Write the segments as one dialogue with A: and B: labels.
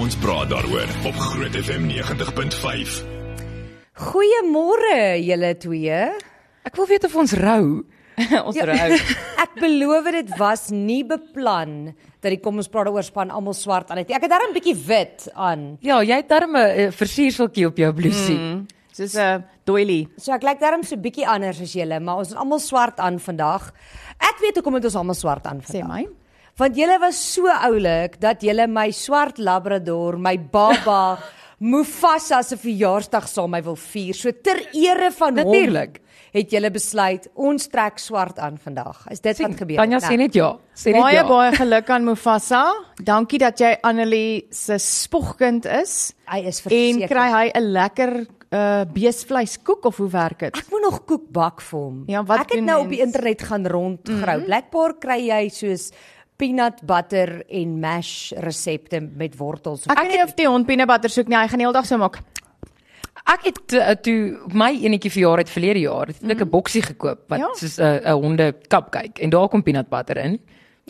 A: Ons praat daaroor op Groot FM 90.5.
B: Goeiemôre julle twee. Ja,
C: Ek wil weet of ons rou.
D: ons rou.
B: Ek beloof dit was nie beplan dat die kom ons praat daaroor span almal swart aan het. nie. Ek het darm 'n bietjie wit aan.
C: Ja, jy het darm 'n uh, versierseltjie op jou blousie. Mm.
D: Soos 'n doily.
B: So ek lyk darm so bietjie anders as julle, maar ons is almal swart aan vandag. Ek weet hoekom het ons almal swart aan vandag.
D: Sê my.
B: Want julle was so oulik dat julle my swart labrador, my baba Mufasa se verjaarsdag saam met my wil vier. So ter ere van hom
C: Natuurlijk.
B: het julle besluit ons trek swart aan vandag. Is dit wat gebeur?
C: Tanya
B: Nou,
C: sê net ja. Sê net
D: Baie
C: ja.
D: baie geluk aan Mufasa. Dankie dat jy Annelie se spogkind is
B: hy is
D: en
B: verseker.
D: kry hy 'n lekker uh beesvleiskoek of hoe werk dit?
B: Ek moet nog koek bak vir hom.
D: Ja, wat
B: ek het
D: doen
B: nou
D: mens? Mhm.
B: op die internet gaan rondgrou. Mm -hmm. Blykbaar kry jy soos peanut butter en mash resepte met wortels.
D: Ek weet nie of die hond peanut butter soek nie. Hy gaan die hele dag so maak.
C: Ek het uh, toe my enetjie verjaar het verlede jaar, het ek 'n mm. boksie gekoop wat ja.
D: Ja.
C: soos 'n uh, honde cupcake en daar kom peanut butter in.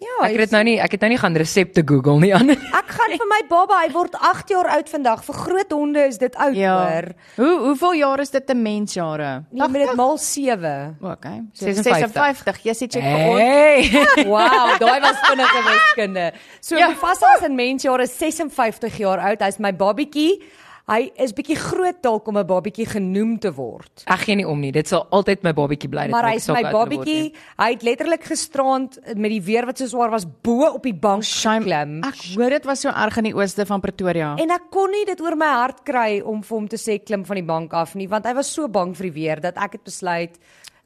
B: ja,
C: ek het dit nou nie ek het nou nie gaan resepte Google nie aan.
B: Ek gaan vir my baba, hy word 8 jaar oud vandag. Vir groot honde is dit oud
D: Ja.
B: hoor.
D: Hoe hoeveel jaar is dit 'n mensjare?
B: Jy moet dit maal 7.
D: Okay. So
C: 56.
D: 56. Jy sê jy
C: Eh,
D: gehoor.
C: Hey.
B: Wow, daai was vinnige wiskunde. So ja.
D: Ja.
B: Mufasa is in mensjare 56 jaar oud. Hy's my babietjie. Hy is bietjie groot dalk om 'n babietjie genoem te word.
C: Ek gee nie om nie. Dit sal altyd my babatjie bly. Dit
B: Maar
C: maak
B: hy's
C: saak
B: my
C: uit hulle word nie.
B: babietjie. Hy het letterlik gisterand met die weer wat so swaar was bo op die
C: Oh,
B: bank geklim.
C: Ah.
D: Ek hoor dit was so erg in die ooste van Pretoria.
B: En ek kon nie dit oor my hart kry om vir hom te sê klim van die bank af nie, want hy was so bang vir die weer dat ek het besluit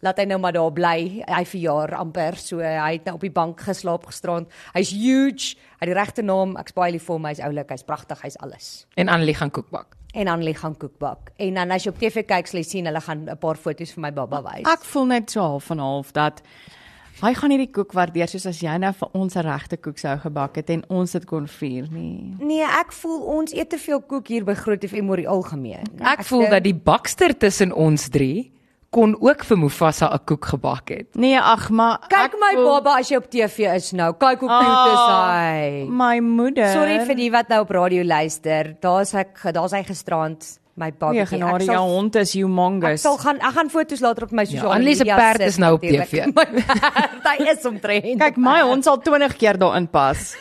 B: laat hy nou maar daar bly. Hy verjaar amper, so hy het nou op die bank geslaap gisterand. Hy's huge. Hy het die regte naam. Ek's baie lief vir hom. Hy's oulik, hy's pragtig, hy's alles.
C: En Annelie gaan koek bak.
B: En dan lê gaan koekbak. En dan as jy op TV kyk, sal jy sien hulle gaan 'n paar foto's vir my baba wys.
D: Ek voel net so half van half dat hy gaan hierdie koek waardeer soos as jy nou vir ons 'n regte koek sou gebak het en ons dit kon vier nie.
B: Nee, ek voel ons eet te veel koek hier by Groot FM oor die algemeen.
C: Ek, ek voel dat die bakster tussen ons drie kon ook vir Mufasa 'n koek gebak het.
D: Nee, ag, maar
B: kyk
D: ek
B: my
D: voel- Ah,
B: baba as jy op TV is nou. Kyk hoe cute is
C: Ah,
B: hy.
D: My moeder. Nee,
B: Sorry vir die wat nou op radio luister. Daar's ek daar's hy gisterand my babatjie.
D: Nee,
B: Ek
D: genade,
C: ja,
B: sal-
D: jou hond is
B: Ek
D: humongous.
B: sal gaan ek gaan foto's later op my sosiale media.
C: Annelies se perd Ja, is
B: sit,
C: nou op
B: natuurlijk.
C: TV.
B: My perd, hy is omtrent.
D: Kyk, my hond sal 20 keer daarin pas.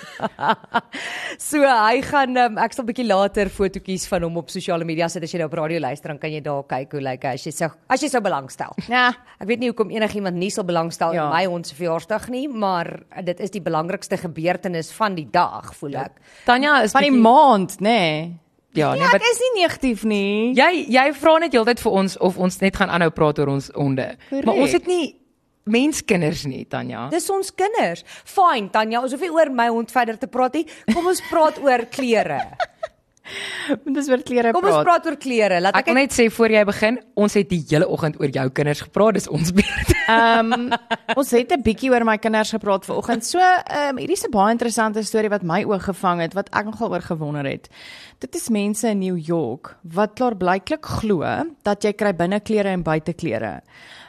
B: So hy gaan um, ek sal bietjie later fotootjies van hom op sosiale media sit as jy nou op radio luister, dan kan jy daar kyk hoe lyk hy as jy sou as jy sou belangstel.
D: Ja.
B: Ek weet nie hoekom enigiemand nie sal belangstel ja.
D: Ja.
B: in my ons verjaarsdag nie, maar dit is die belangrikste gebeurtenis van die dag, voel
D: Ja.
B: ek.
C: Tanya is
D: Van die
C: bietjie-
D: maand, nê. Nee.
C: Ja, nee,
D: Ja,
C: maar
D: ek is nie negatief nie.
C: Jy jy vra net heeltyd vir ons of ons net gaan aanhou praat oor ons honde.
D: Korrek.
C: Maar ons het nie menskinders nie, Tanya.
B: Dis ons kinders. Fyn, Tanya, ons hoef nie oor my hond verder te praat nie. Kom ons praat oor klere.
D: Moet ons oor klere
B: Kom ons
D: praat.
B: praat oor klere. Laat
C: Ek
B: ek
C: wil net sê voor jy begin, ons het die hele oggend oor jou kinders gepraat, dis ons beurt.
D: Ehm um, ons het 'n bietjie oor my kinders gepraat vanoggend. So ehm um, hierdie is 'n baie interessante storie wat my oog gevang het wat ek nogal oor gewonder het. Dit is mense in New York wat klaar blyklik glo dat jy kry binneklere en buiteklere.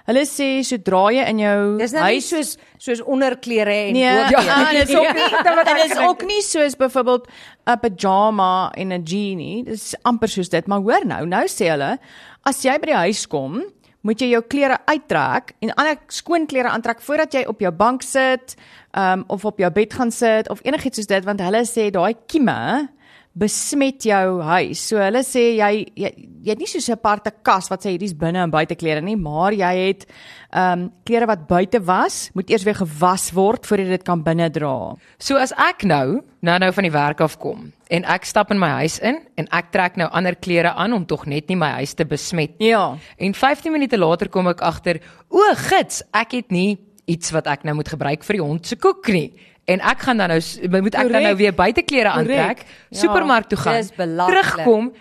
D: Hulle sê sodra jy in jou
B: Dis nou nie
D: huis
B: soos soos onderklere en
D: Nee,
B: hoofklere.
D: ja, en dit is ook nie
B: Ja.
D: dit is ook nie soos byvoorbeeld 'n pyjama en 'n jean nie. Dit is amper soos dit, maar hoor nou, nou sê hulle as jy by die huis kom, moet jy jou klere uittrek en ander skoon klere aantrek voordat jy op jou bank sit, um, of op jou bed gaan sit of enigiets soos dit want hulle sê daai kieme besmet jou huis. So hulle sê jy jy, jy het nie so 'n aparte kas wat sê hierdie's binne en buite klere nie, maar jy het ehm um, klere wat buite was, moet eers weer gewas word voordat jy dit kan binne dra.
C: So as ek nou nou nou van die werk af kom en ek stap in my huis in en ek trek nou ander klere aan om tog net nie my huis te besmet nie.
D: Ja.
C: En 15 minute later kom ek agter, o, gits, ek het nie iets wat ek nou moet gebruik vir die hond se koek nie. En ek gaan dan nou s- moet ek dan nou
D: Korrek.
C: weer buiteklere
D: Korrek,
C: aantrek,
D: ja.
C: supermark toe gaan,
B: Dis belaglik.
C: terugkom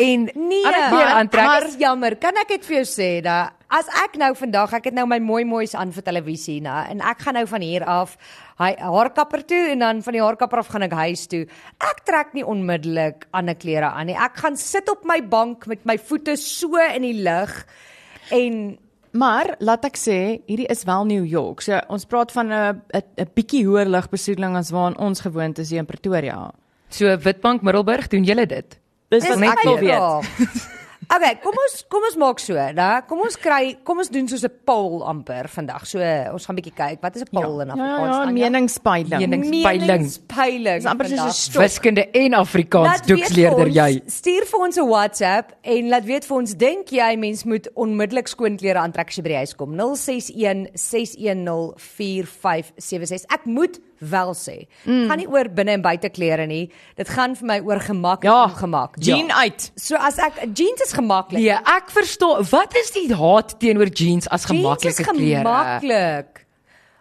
C: en
B: Nee,
C: ander klere aantrek.
B: maar is jammer. Kan ek dit vir jou sê dat as ek nou vandag, ek het nou my mooi mooi's aan vir televisie, na, en ek gaan nou van hier af hy haarkapper toe en dan van die haarkapper af gaan ek huis toe. Ek trek nie onmiddellik ander klere aan nie. Ek gaan sit op my bank met my voete so in die lug en
D: Maar laat ek sê, hierdie is wel New York. So ons praat van 'n 'n 'n bietjie hoër lugbesoedeling as waaraan ons gewoond is hier in Pretoria.
C: So Witbank Middelburg doen julle dit.
D: Dis
B: Dis
D: wat
B: my
D: ek wil weet. Ja,
B: vraag. Okay, kom ons kom ons maak so, né? Kom ons kry, kom ons doen soos 'n poll amper vandag. So ons gaan bietjie kyk, wat is 'n poll in
D: Ja, ja,
B: Afrikaans?
D: ja,
B: Anja?
D: meningspeiling.
C: meningspeiling.
B: Meningspeiling.
D: Dis amper soos 'n
B: vandag.
D: stok.
C: Wiskunde en Afrikaans
B: Laat weet vir
C: doeksleerder
B: ons-
C: jy.
B: Stuur vir ons 'n WhatsApp en laat weet vir ons dink jy mens moet onmiddellik skoon klere aantrek as jy by die huis kom. 061 610 4576. Ek moet wel sê, mm. gaan nie oor binne en buite klere nie. Dit gaan vir my oor gemak
D: Ja,
B: en ongemak.
D: Jean uit.
B: So as ek jeans is gemaklik.
C: Nee, ek verstaan. Wat is die haat teenoor jeans as
B: jeans is
C: gemaklike klere?
B: gemaklik.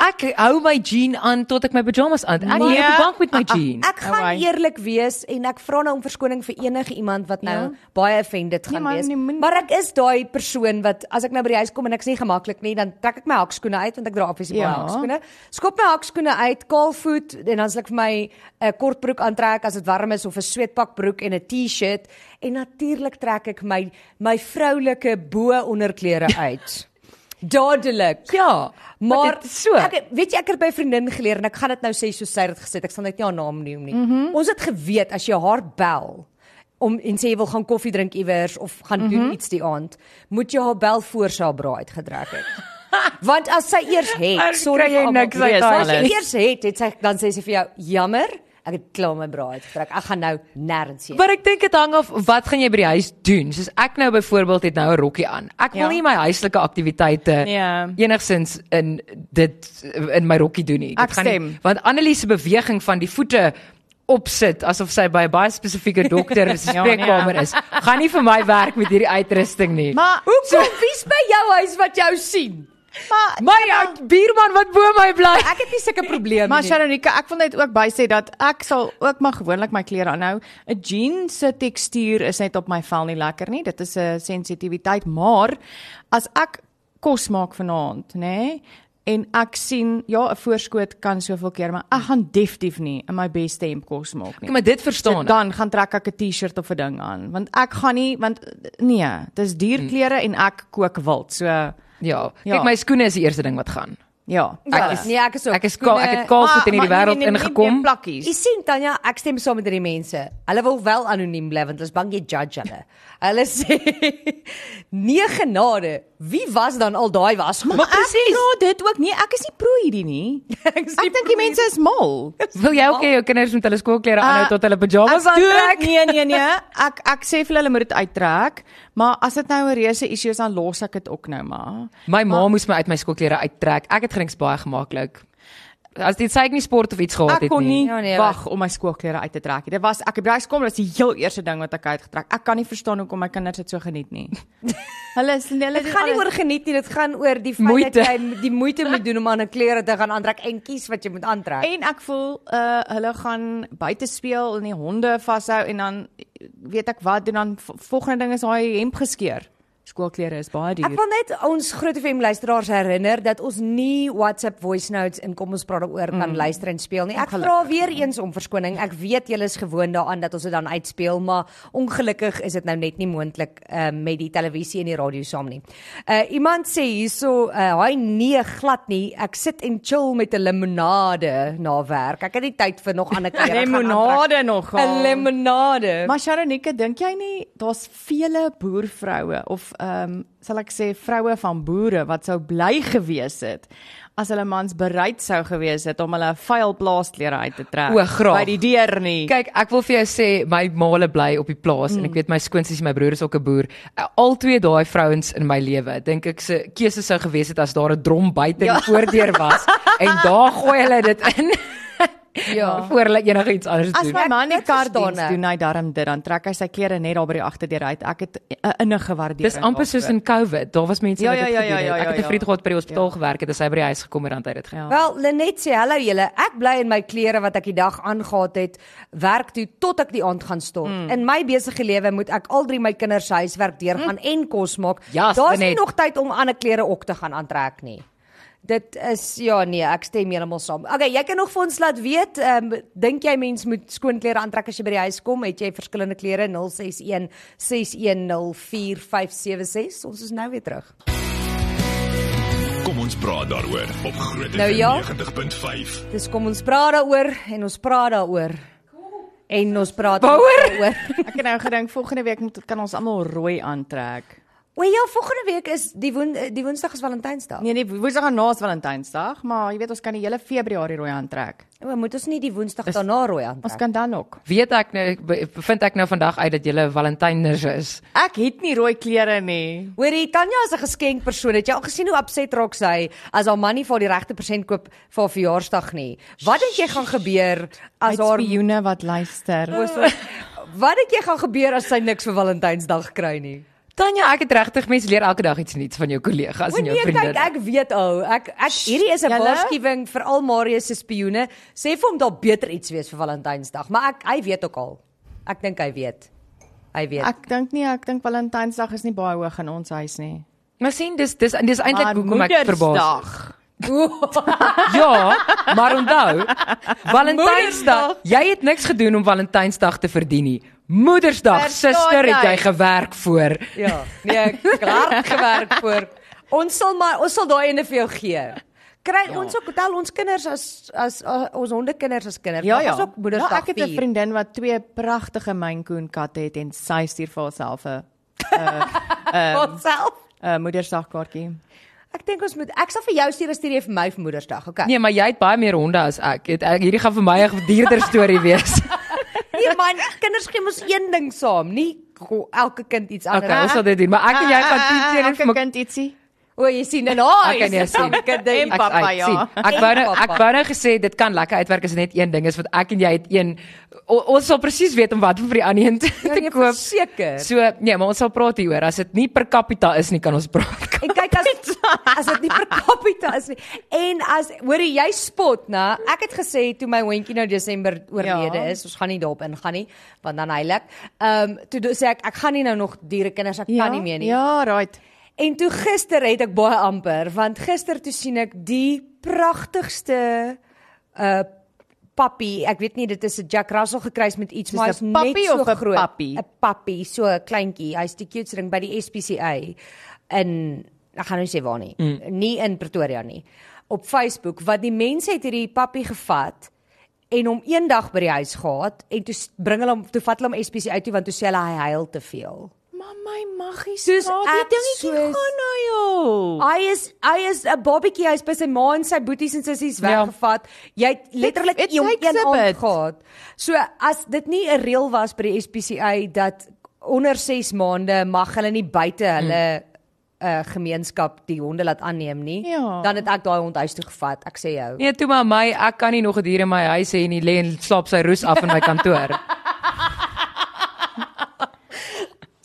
C: Ek hou my jean aan tot ek my pyjamas aan. het. Ek lê op
D: Nee.
C: die bank met my jean.
B: Ah, Ek gaan
D: Alright.
B: eerlik wees en ek vra nou om verskoning vir enige iemand wat nou
D: Ja.
B: baie offended gaan
D: maar
B: wees.
D: nee, moenie-
B: maar ek is daai persoon wat as ek nou by die huis kom en ek's nie gemaklik nie, dan trek ek my hakskoene uit want ek dra obviously baie
D: Ja.
B: hakskoene. Skop my hakskoene uit, kaalvoet en dan sal ek vir my 'n kort broek aantrek as dit warm is of 'n sweatpak broek en 'n T-shirt en natuurlik trek ek my my vroulike bo onderklere uit. Dadelik.
C: Ja,
B: Maar
C: dit is so.
B: Ek het- weet jy ek het by 'n vriendin geleer en ek gaan dit nou sê soos sy dit gesê het. Ek sal net nie haar naam noem nie. Mm
C: Mhm.
B: -hmm. Ons het geweet as jy haar bel om en sê jy wil gaan koffie drink iewers of gaan mm
C: Mhm.
B: -hmm. doen iets die aand, moet jy haar bel voor sy haar braai uitgedrag het. Want as sy eers het,
C: Dan kry jy niks uit haar
B: As sy
C: alles.
B: eers het, het sy dan sê sy vir jou, "Jammer, ek het klaar my braai uitgedrag. Ek gaan nou nêrens heen."
C: Maar ek dink dit hang af wat gaan jy by die huis doen? Soos ek nou byvoorbeeld het nou 'n rokkie aan. Ek wil
D: Ja.
C: nie my huislike aktiwiteite
D: Ja.
C: enigsins in dit in my rokkie doen nie. Dit
D: Ek
C: gaan nie-
D: stem.
C: want Annelies se beweging van die voete opsit asof sy by 'n baie spesifieke dokter se
D: Ja,
C: spreekkamer
D: nee.
C: is. Gaan nie vir my werk met hierdie uitrusting nie.
D: Maar
B: hoekom wie's by jou huis wat jou sien?
D: maar
C: my ou bierman wat bo my bly.
B: Ek het nie sulke probleme nie.
D: Maar Sharonika, ek wil net ook bysê dat ek sal ook maar gewoonlik my klere aanhou. 'n Jean se tekstuur is net op my vel nie lekker nie. Dit is 'n sensitiwiteit, maar as ek kos maak vanaand, nê, en ek sien ja, 'n voorskoot kan soveel keer, maar ek gaan definitief nie in my beste hemp kos maak nie.
C: Maar dit verstaan
D: So, dan gaan trek ek 'n T-shirt of 'n ding aan, want ek gaan nie want nee, dis
C: Mm.
D: dierklere en ek kook wild. So
C: Ja.
D: Ja.
C: Kyk my skoene is die eerste ding wat gaan.
D: ja.
B: Ja,
D: alles.
B: nee, ek is ook.
C: Ek is kaal, ek
B: skoene-
C: het kaalvoet in
D: Maar-
C: hierdie
D: maar
C: wêreld
D: nee, nee, nee,
C: ingekom.
D: nie plakkies.
B: Jy sien Tanya, ek stem saam met hierdie mense. Hulle wil wel anoniem bly want hulle is bang jy judge hulle. Hulle sê nee genade. Wie was dan al daai was?
D: Maar presies. Nou dit ook nie. Ek is nie pro hierdie nie.
B: Ek is nie
D: ek dink
B: pro
D: die mense is Ah, mal. Eh,
C: Wil jy ook hê jou kinders moet hulle skoolklere aanhou nou tot hulle
D: Ek
C: pyjamas
D: doen-
C: aantrek?
D: Nee nee nee. Ek ek sê vir hulle hulle moet dit uittrek, maar as dit nou 'n reuse issue is dan los ek dit ook nou maar.
C: My ma moes my uit my skoolklere uittrek. Ek het gedink dit is baie gemaklik. As dit sê ek nie sport of iets gehad
D: Ek
C: het
D: kon
C: nie.
D: nie
B: Ja, nee,
D: wag om my skoolklere uit te trek nie. Dit was ek het by die skool, dit was die heel eerste ding wat ek uitgetrek. Ek kan nie verstaan hoekom my kinders dit so geniet nie. Hulle is hulle
B: Dit gaan nie oor geniet nie, dit gaan oor die feit
C: Moeite.
B: dat jy die moeite moet doen om aan 'n klere te gaan aantrek en kies wat jy moet aantrek.
D: En ek voel uh hulle gaan buite speel en die honde vashou en dan eh, weet ek wat doen dan v- volgende ding is daai hemp geskeur. Skoolklere is baie duur.
B: Ek wil net ons Groot FM luisteraars herinner dat ons nie WhatsApp voice notes in kom ons praat daaroor kan mm. luister en speel nie. Ek vra weer eens om verskoning. Ek weet julle is gewoond daaraan dat ons dit dan uitspeel, maar ongelukkig is dit nou net nie moontlik uh, met die televisie en die radio saam nie. Uh iemand sê hierso, uh, hy nee glad nie. Ek sit en chill met 'n limonade na werk. Ek het nie tyd vir nog ander klere.
D: Limonade nog.
B: 'n Limonade.
D: Maar Sharonika, dink jy nie daar's vele boervroue of ehm um, sal ek sê vroue van boere wat sou bly gewees het as hulle mans bereid sou gewees het om hulle vuil plaasklere uit te trek
C: O, graag.
D: by die deur nie.
C: Kyk, ek wil vir jou sê my maale bly op die plaas mm. en ek weet my skoonsies en my broer is ook 'n boer. Uh, Al twee daai vrouens in my lewe, dink ek se keuse sou gewees het as daar 'n drom buite ja. die voordeur was en daar gooi hulle dit in. ja, voor hulle enigiets anders
D: As
C: doen.
D: my
B: Ek-
D: man die
B: ek
D: kar
B: verstaan
D: doen,
B: ek.
D: doen hy darm dit, dan trek hy sy klere net daar by die agterdeur uit. Ek het 'n innige waardering.
C: Dis amper soos
D: daarvoor.
C: in COVID. Daar was mense
D: Ja,
C: wat dit
D: ja, ja,
C: gedoen
D: ja,
C: het.
D: ja,
C: Ek het
D: ja.
C: 'n vriend gehad by die hospitaal gewerk het en sy by die huis gekom en dan het hy dit gedoen.
B: Wel, Lenet sê hallo julle. Ek bly in my klere wat ek die dag aangehad het, werk toe tot ek die aand gaan stort. Mm. In my besige lewe moet ek al drie my kinders se huiswerk deurgaan mm. en kos maak.
C: Jas,
B: Daar's nie
C: Lenet.
B: nog tyd om ander klere ook te gaan aantrek nie. Dit is ja nee, ek stem heeltemal saam. Okay, jy kan nog vir ons laat weet, ehm um, dink jy mens moet skoon klere aantrek as jy by die huis kom? Het jy verskillende klere 061 6104576? Ons is nou weer terug.
A: Kom ons praat daaroor op Groot FM
B: Nou ja.
A: 90.5.
B: Dis kom ons praat daaroor en ons praat daaroor. en ons praat
C: Bouwer?
B: oor.
D: Ek het nou gedink volgende week moet kan ons almal rooi aantrek.
B: O ja, volgende week is die woen, die Woensdag is Valentynsdag.
D: Nee nee, Woensdag daarna is Valentynsdag, maar jy weet ons kan die hele Februarie rooi aantrek.
B: O, moet ons nie die Woensdag daarna rooi
D: Ons
B: aantrek.
D: kan dan ook.
C: Weet ek nou vind ek nou vandag uit dat jy 'n Valentyners is.
D: Ek het nie rooi klere nie.
B: Hoorie, Tanya is 'n geskenkpersoon. Het jy al gesien hoe upset raak sy as haar man nie vir haar die regte persent koop vir haar verjaarsdag nie? Wat dink jy gaan gebeur as
D: As haar
B: haar Oh.
D: pioene wat luister.
B: Ons was- Wat dink jy gaan gebeur as sy niks vir Valentynsdag kry nie?
C: Tanya, ek het regtig mense leer elke dag iets nuuts van jou kollegas
B: O
C: en jou
B: nee,
C: vriende.
B: kyk, ek weet ou, ek ek hierdie is 'n
D: Julle?
B: waarskuwing vir al Marius se spioene. Sê vir hom daar beter iets wees vir Valentynsdag, maar ek hy weet ook al. Ek dink hy weet. Hy weet. Ek,
D: Ek dink nie, ek dink Valentynsdag is nie baie hoog in ons huis nie.
C: Maar sien, dis dis dis eintlik hoekom ek verbaas.
D: Moedersdag.
C: Ja, maar onthou,
D: Moedersdag.
C: Valentynsdag, jy het niks gedoen om Valentynsdag te verdien nie. Moedersdag,
D: Verstaan
C: suster, het
D: jy?
C: jy gewerk voor.
B: ja, nee, ek het hard gewerk vir. Ons sal maar ons sal daai ene vir jou gee. Kry ja. ons ook tel ons kinders as as, as ons hondekinders as kinders.
D: Ja
B: Mag
D: ja.
B: Ons ook Moedersdag.
D: Ja, ek het 'n
B: vier.
D: vriendin wat twee pragtige Maine Coon katte het en sy stuur vir haarself 'n 'n
B: Ons self.
D: 'n Moedersdagkaartjie.
B: Ek dink ons moet ek sal vir jou stuur 'n studie vir my vir Moedersdag. Okay.
C: Nee, maar jy het baie meer honde as ek. Het ek hierdie gaan vir my 'n dierder storie wees.
B: Nee man, kinders gee mos een ding saam, nie go- elke kind iets anders.
C: Okay, ons sal dit doen,
B: Ja,
C: maar ek en jy gaan teen teen en vir
D: vir
C: mekaar
D: Ah, kind ietsie.
B: O, jy sien en haar.
C: Ek kan nie nee, sien.
D: En
C: Ek,
D: pap-
B: ding.
D: Papa,
C: ek
D: ja.
C: sien. Ek
B: En
C: wou nou ek
B: papa.
C: wou nou gesê dit kan lekker uitwerk as dit net een ding is want ek en jy het een o, ons sal presies weet om wat om vir die ander een te,
B: nee,
C: te koop.
B: seker.
C: So nee, maar ons sal praat hieroor. As dit nie per capita is nie, kan ons praat.
B: En kyk as as dit nie per capita is nie. En as hoor jy jy spot na, ek het gesê toe my hondjie nou Desember oorlede
D: Ja.
B: is, ons gaan nie daarop ingaan nie, want dan heilig. Ehm um, toe do- sê ek ek gaan nie nou nog diere kinders, ek kan nie meer nie.
D: Ja, right.
B: En toe gister het ek baie amper, want gister toe sien ek die pragtigste uh pappie. Ek weet nie dit is 'n Jack Russell gekruis met iets, maar hy's
D: een
B: net
D: pappie
B: so
D: of een
B: groot.
D: pappie?
B: 'n Pappie, so 'n kleintjie. Hy's die cutest ding by die SPCA in ek gaan nou nie sê waar nie. Mm. Nie in Pretoria nie. Op Facebook wat die mense het hierdie pappie gevat en hom eendag by die huis gehad en toe s- bring hulle hom toe vat hulle hom SPCA toe want toe sê hulle hy huil te veel.
D: Maar my maggie,
B: Soos
D: straat,
B: ek,
D: die dingetjie
B: soos-
D: gaan nou, na jou.
B: Hy is hy is 'n babatjie, hy's by sy ma en sy boeties en sissies
C: Ja.
B: weggevat. Jy het letterlik
D: it
B: een
D: takes
B: een
D: a
B: aand
D: bit.
B: gehad. So as dit nie 'n reël was by die SPCA dat onder 6 maande mag hulle nie buite
D: Hmm.
B: hulle uh gemeenskap die honde laat aanneem nie,
D: Ja.
B: dan het ek daai hond huis toe gevat. Ek sê jou.
C: Nee, toe maar my, ek kan nie nog 'n dier in my huis hê nie. Lê en slaap sy roes af in my kantoor.
D: Ehm,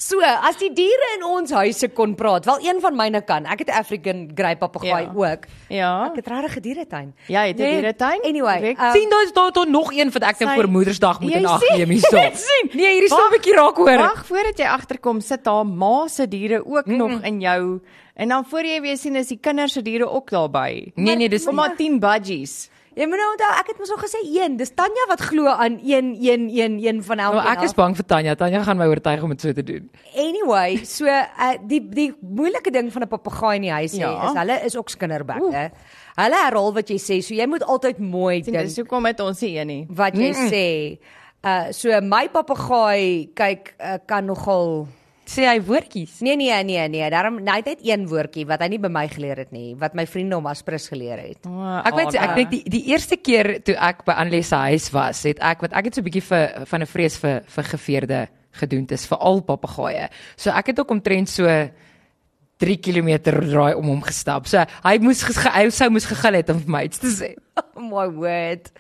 B: So, as die diere in ons huise kon praat, wel een van myne kan. Ek het 'n African Grey papegaai
D: Ja.
B: ook.
D: Ja.
B: Ek het regtig 'n dieretuin.
D: Jy het 'n
C: Nee,
D: dieretuin?
B: anyway,
D: Direk-
B: uh,
C: sien daar's daar daar nog een wat ek nou
D: Sy-
C: vir Moedersdag moet
D: Jy
C: in ag
D: sien,
C: neem
D: jy
C: hierso.
D: sien.
C: Nee, hierdie staan 'n bietjie raak hoor.
D: Wag voordat jy agterkom, sit haar ma se diere ook nog in jou. En dan voor jy weer sien is die kinders se diere ook daarby.
C: Nee, nee, dis
D: Kom maar 10 budgies.
B: Jy moet nou onthou, ek het mos al gesê 1, dis Tanya wat glo aan 1 1 1 1 van elke.
C: Maar Nou, ek is bang vir Tanya. Tanya gaan my oortuig om dit so te doen.
B: anyway, so uh, die die moeilike ding van 'n papegaai in die huis ja.
D: Ja.
B: is hulle is ook skinderbekke. Hulle herhaal wat jy sê, so jy moet altyd mooi
C: Ja.
D: Sien, dis
B: dink
D: hoekom het ons hier nie.
B: wat jy sê. Uh so my papegaai kyk uh, kan nogal
C: Sê hy woordjies.
B: Nee nee nee nee, daarom hy het net een woordjie wat hy nie by my geleer het nie, wat my vriende hom as prins geleer het.
D: Ah,
C: Ek weet ek dink die die eerste keer toe ek by Annelies se huis was, het ek want ek het so 'n bietjie vir van 'n vrees vir vir geveerde gedoentes, veral papegaaie. So ek het ook omtrent so 3 km draai om hom gestap. So hy moes ges- hy sou moes gegil het om vir my iets te sê.
B: Oh my word.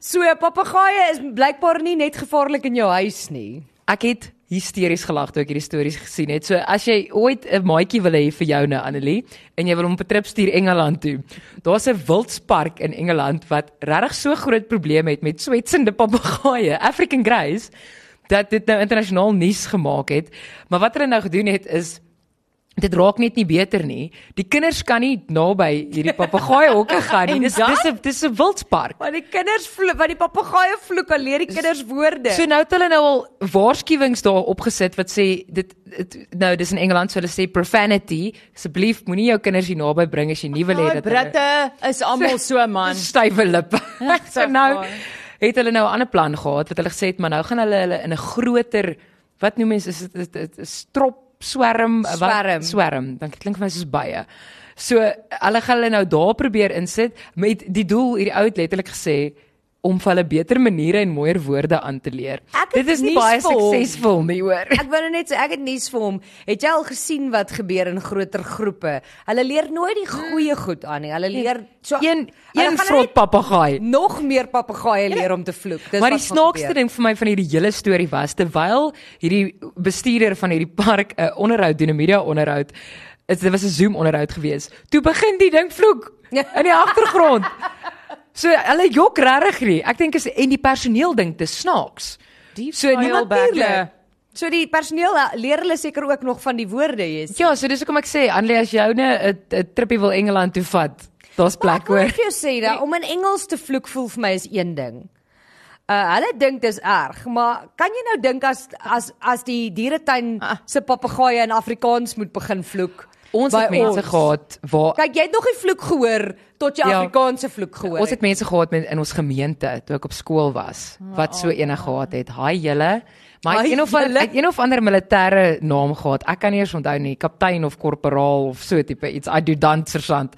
B: So papegaaie is blykbaar nie net gevaarlik in jou huis nie.
C: Ek het hysteries gelag toe ek hierdie stories gesien het. So as jy ooit 'n maatjie wil hê vir jou nou Annelie en jy wil hom op 'n trip stuur Engeland toe. Daar's 'n wildspark in Engeland wat regtig so groot probleme het met swetsende papegaaie, African Greys, dat dit nou internasionaal nuus gemaak het. Maar wat hulle nou gedoen het is dit raak net nie beter nie. Die kinders kan nie naby hierdie papegaai hokke gaan nie. Dis dis 'n dis 'n wildspark.
B: Want die kinders vloek, want die papegaaie vloek, al leer die kinders woorde.
C: So nou het hulle nou al waarskuwings daar opgesit wat sê dit, dit nou dis in Engeland so hulle sê profanity asseblief moenie jou kinders hier naby bring as jy nie wil hê
D: Daai
C: dat hulle
D: Britte is almal so man.
C: stywe lip. so
D: Regtig
C: nou
D: waar.
C: het hulle nou 'n ander plan gehad wat hulle gesê het, maar nou gaan hulle hulle in 'n groter wat noem mense is dit is dit- is strop swerm eh, wat-
B: Swerm.
C: swerm. Dan klink vir my soos baie. So hulle gaan hulle nou daar probeer insit met die doel hierdie ou het letterlik gesê om vir hulle beter maniere en mooier woorde aan te leer.
B: Ek het
C: Dit is nie
B: nuus
C: baie
B: vir hom.
C: suksesvol nie hoor.
B: Ek wou nou net sê ek het nuus vir hom. Het jy al gesien wat gebeur in groter groepe? Hulle leer nooit die goeie goed aan nie. Hulle leer so
C: Hmm. Nee. Een
B: hulle gaan
C: een
B: nou
C: vrot
B: net
C: papegaai.
B: nog meer papegaaie leer om te vloek. Dis
C: maar
B: wat
C: die
B: gaan
C: snaakste
B: gebeur.
C: ding vir my van hierdie hele storie was terwyl hierdie bestuurder van hierdie park 'n onderhoud doen, 'n media onderhoud. Dit dit was 'n Zoom onderhoud gewees. Toe begin die ding vloek in die agtergrond. So hulle jok regtig nie. Ek dink is en die personeel dink dis snaaks.
D: Die
C: So, nee,
D: vuil
C: natuurlijk.
D: bekke.
B: So die personeel eh, leer hulle seker ook nog van die woorde, jy sê.
C: Ja, so dis hoekom ek sê Annelie as jy nou 'n 'n trippie wil Engeland toe vat, daar's
B: Maar
C: plek hoor. Nee.
B: Ek wil vir jou sê dat om in Engels te vloek voel vir my is een ding. Uh hulle dink dis erg, maar kan jy nou dink as as as die dieretuin se papegaaie in Afrikaans moet begin vloek?
C: Ah. Ons
B: by
C: het mense
B: ons?
C: gehad waar
B: Kyk, jy het nog nie vloek gehoor tot jy
C: Ja.
B: Afrikaanse vloek gehoor
C: Ons het mense gehad met in ons gemeente toe ek op skool was wat so enig gehad het. Haai julle. Maar
B: Ah. Haai
C: hy een of ander
B: julle.
C: hy het een of ander militêre naam gehad. Ek kan nie eens onthou nie. Kaptein of korporaal of so tipe iets adjutant sergeant.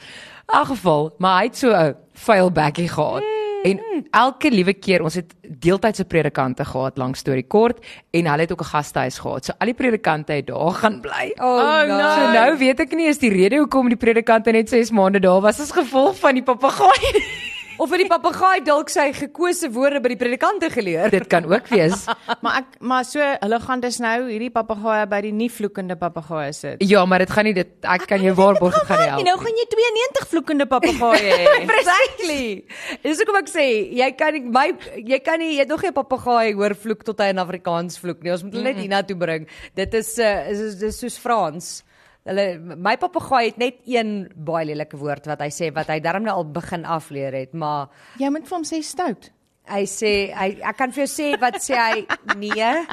C: In elk geval, maar hy het so 'n vuil bekkie gehad.
B: Mm.
C: En elke liewe keer ons het deeltydse predikante gehad langs storie kort en hulle het ook 'n gastehuis gehad. So al die predikante het daar gaan bly.
B: Oh, Oh, no.
C: So nou weet ek nie is die rede hoekom die predikante net 6 maande daar was as gevolg van die papegaai.
B: Of het die papegaai dalk sy gekose woorde by die predikante geleer?
C: Dit kan ook wees.
D: Maar ek maar so hulle gaan dus nou hierdie papegaaie by die nie vloekende papegaaie sit.
C: Ja, maar dit gaan nie dit ek kan jou waarborg dit gaan nie
D: En
C: help.
D: nou gaan jy 92 vloekende papegaaie hê.
B: Exactly. Dis hoekom ek sê, jy kan nie my jy kan nie jy het nog nie 'n papegaai hoor vloek tot hy in Afrikaans vloek nie. Ons moet hulle net hiernatoe bring. Dit is uh is is- dis soos Frans. Hulle my papegaai het net een baie lelike woord wat hy sê wat hy darm nou al begin afleer het, maar
D: Jy moet vir hom sê stout.
B: hy sê hy ek kan vir jou sê wat sê hy nee.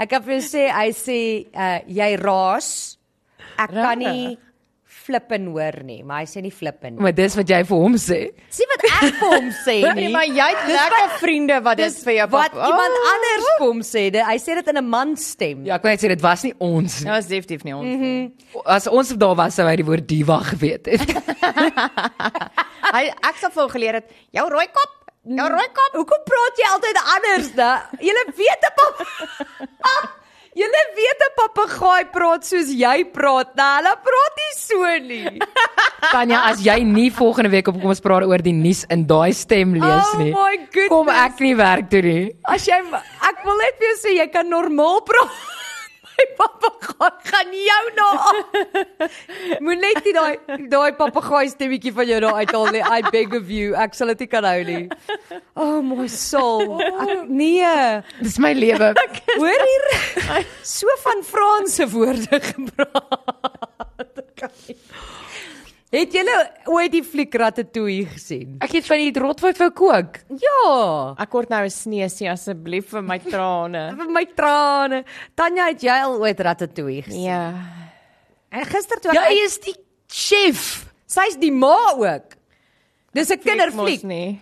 B: Ek kan vir jou sê hy sê uh jy raas. Ek kan nie flippin hoor nie, maar hy sê nie flippin. nie.
C: Maar dis wat jy vir hom sê.
B: Sien wat ek vir hom sê nie.
D: Nee, maar jy het lekker vriende wat dit vir jou
B: wat
D: pap-
B: iemand
D: Oh,
B: anders vir hom sê. Dit- Hy sê dit in 'n man stem.
C: Ja, ek wil net sê dit was nie ons nie.
D: Nou is definitief nie ons. nie.
C: As ons daar was sou hy die woord diva geweet het.
D: Hy ek sal vir hom geleer het jou rooi kop, jou Ja, rooi kop.
B: Mm. Hoekom praat jy altyd anders da? Julle weet 'n pap. Ah, Julle weet 'n papegaai praat soos jy praat. Nee, hulle praat nie so nie.
C: Tanya, as jy nie volgende week op kom ons praat oor die nuus in daai stem lees
B: Oh
C: nie.
B: my goodness.
C: Kom ek nie werk toe nie.
B: As jy ek wil net vir jou sê jy kan normaal praat. My papegaai gaan jou na. af. Moet net nie daai daai papegaai stemmetjie van jou daar uithaal nie. I beg of you. Ek sal dit nie kan hou nie. Oh my soul. Ek, nee.
C: Dis my lewe.
B: Hoor hier. So van Franse woorde gepraat. Het julle ooit die fliek Ratatouille gesien?
C: Ek het van die rotwoud wou kook.
B: Ja.
D: Ek kort nou 'n sneesie asseblief vir my trane.
B: Vir my trane. Tanya, het jy al ooit Ratatouille gesien?
D: Ja.
B: En gister toe
C: Ja,
B: ek
C: hy is die chef.
B: sy's die ma ook. Dis 'n kinderfliek.
D: nie.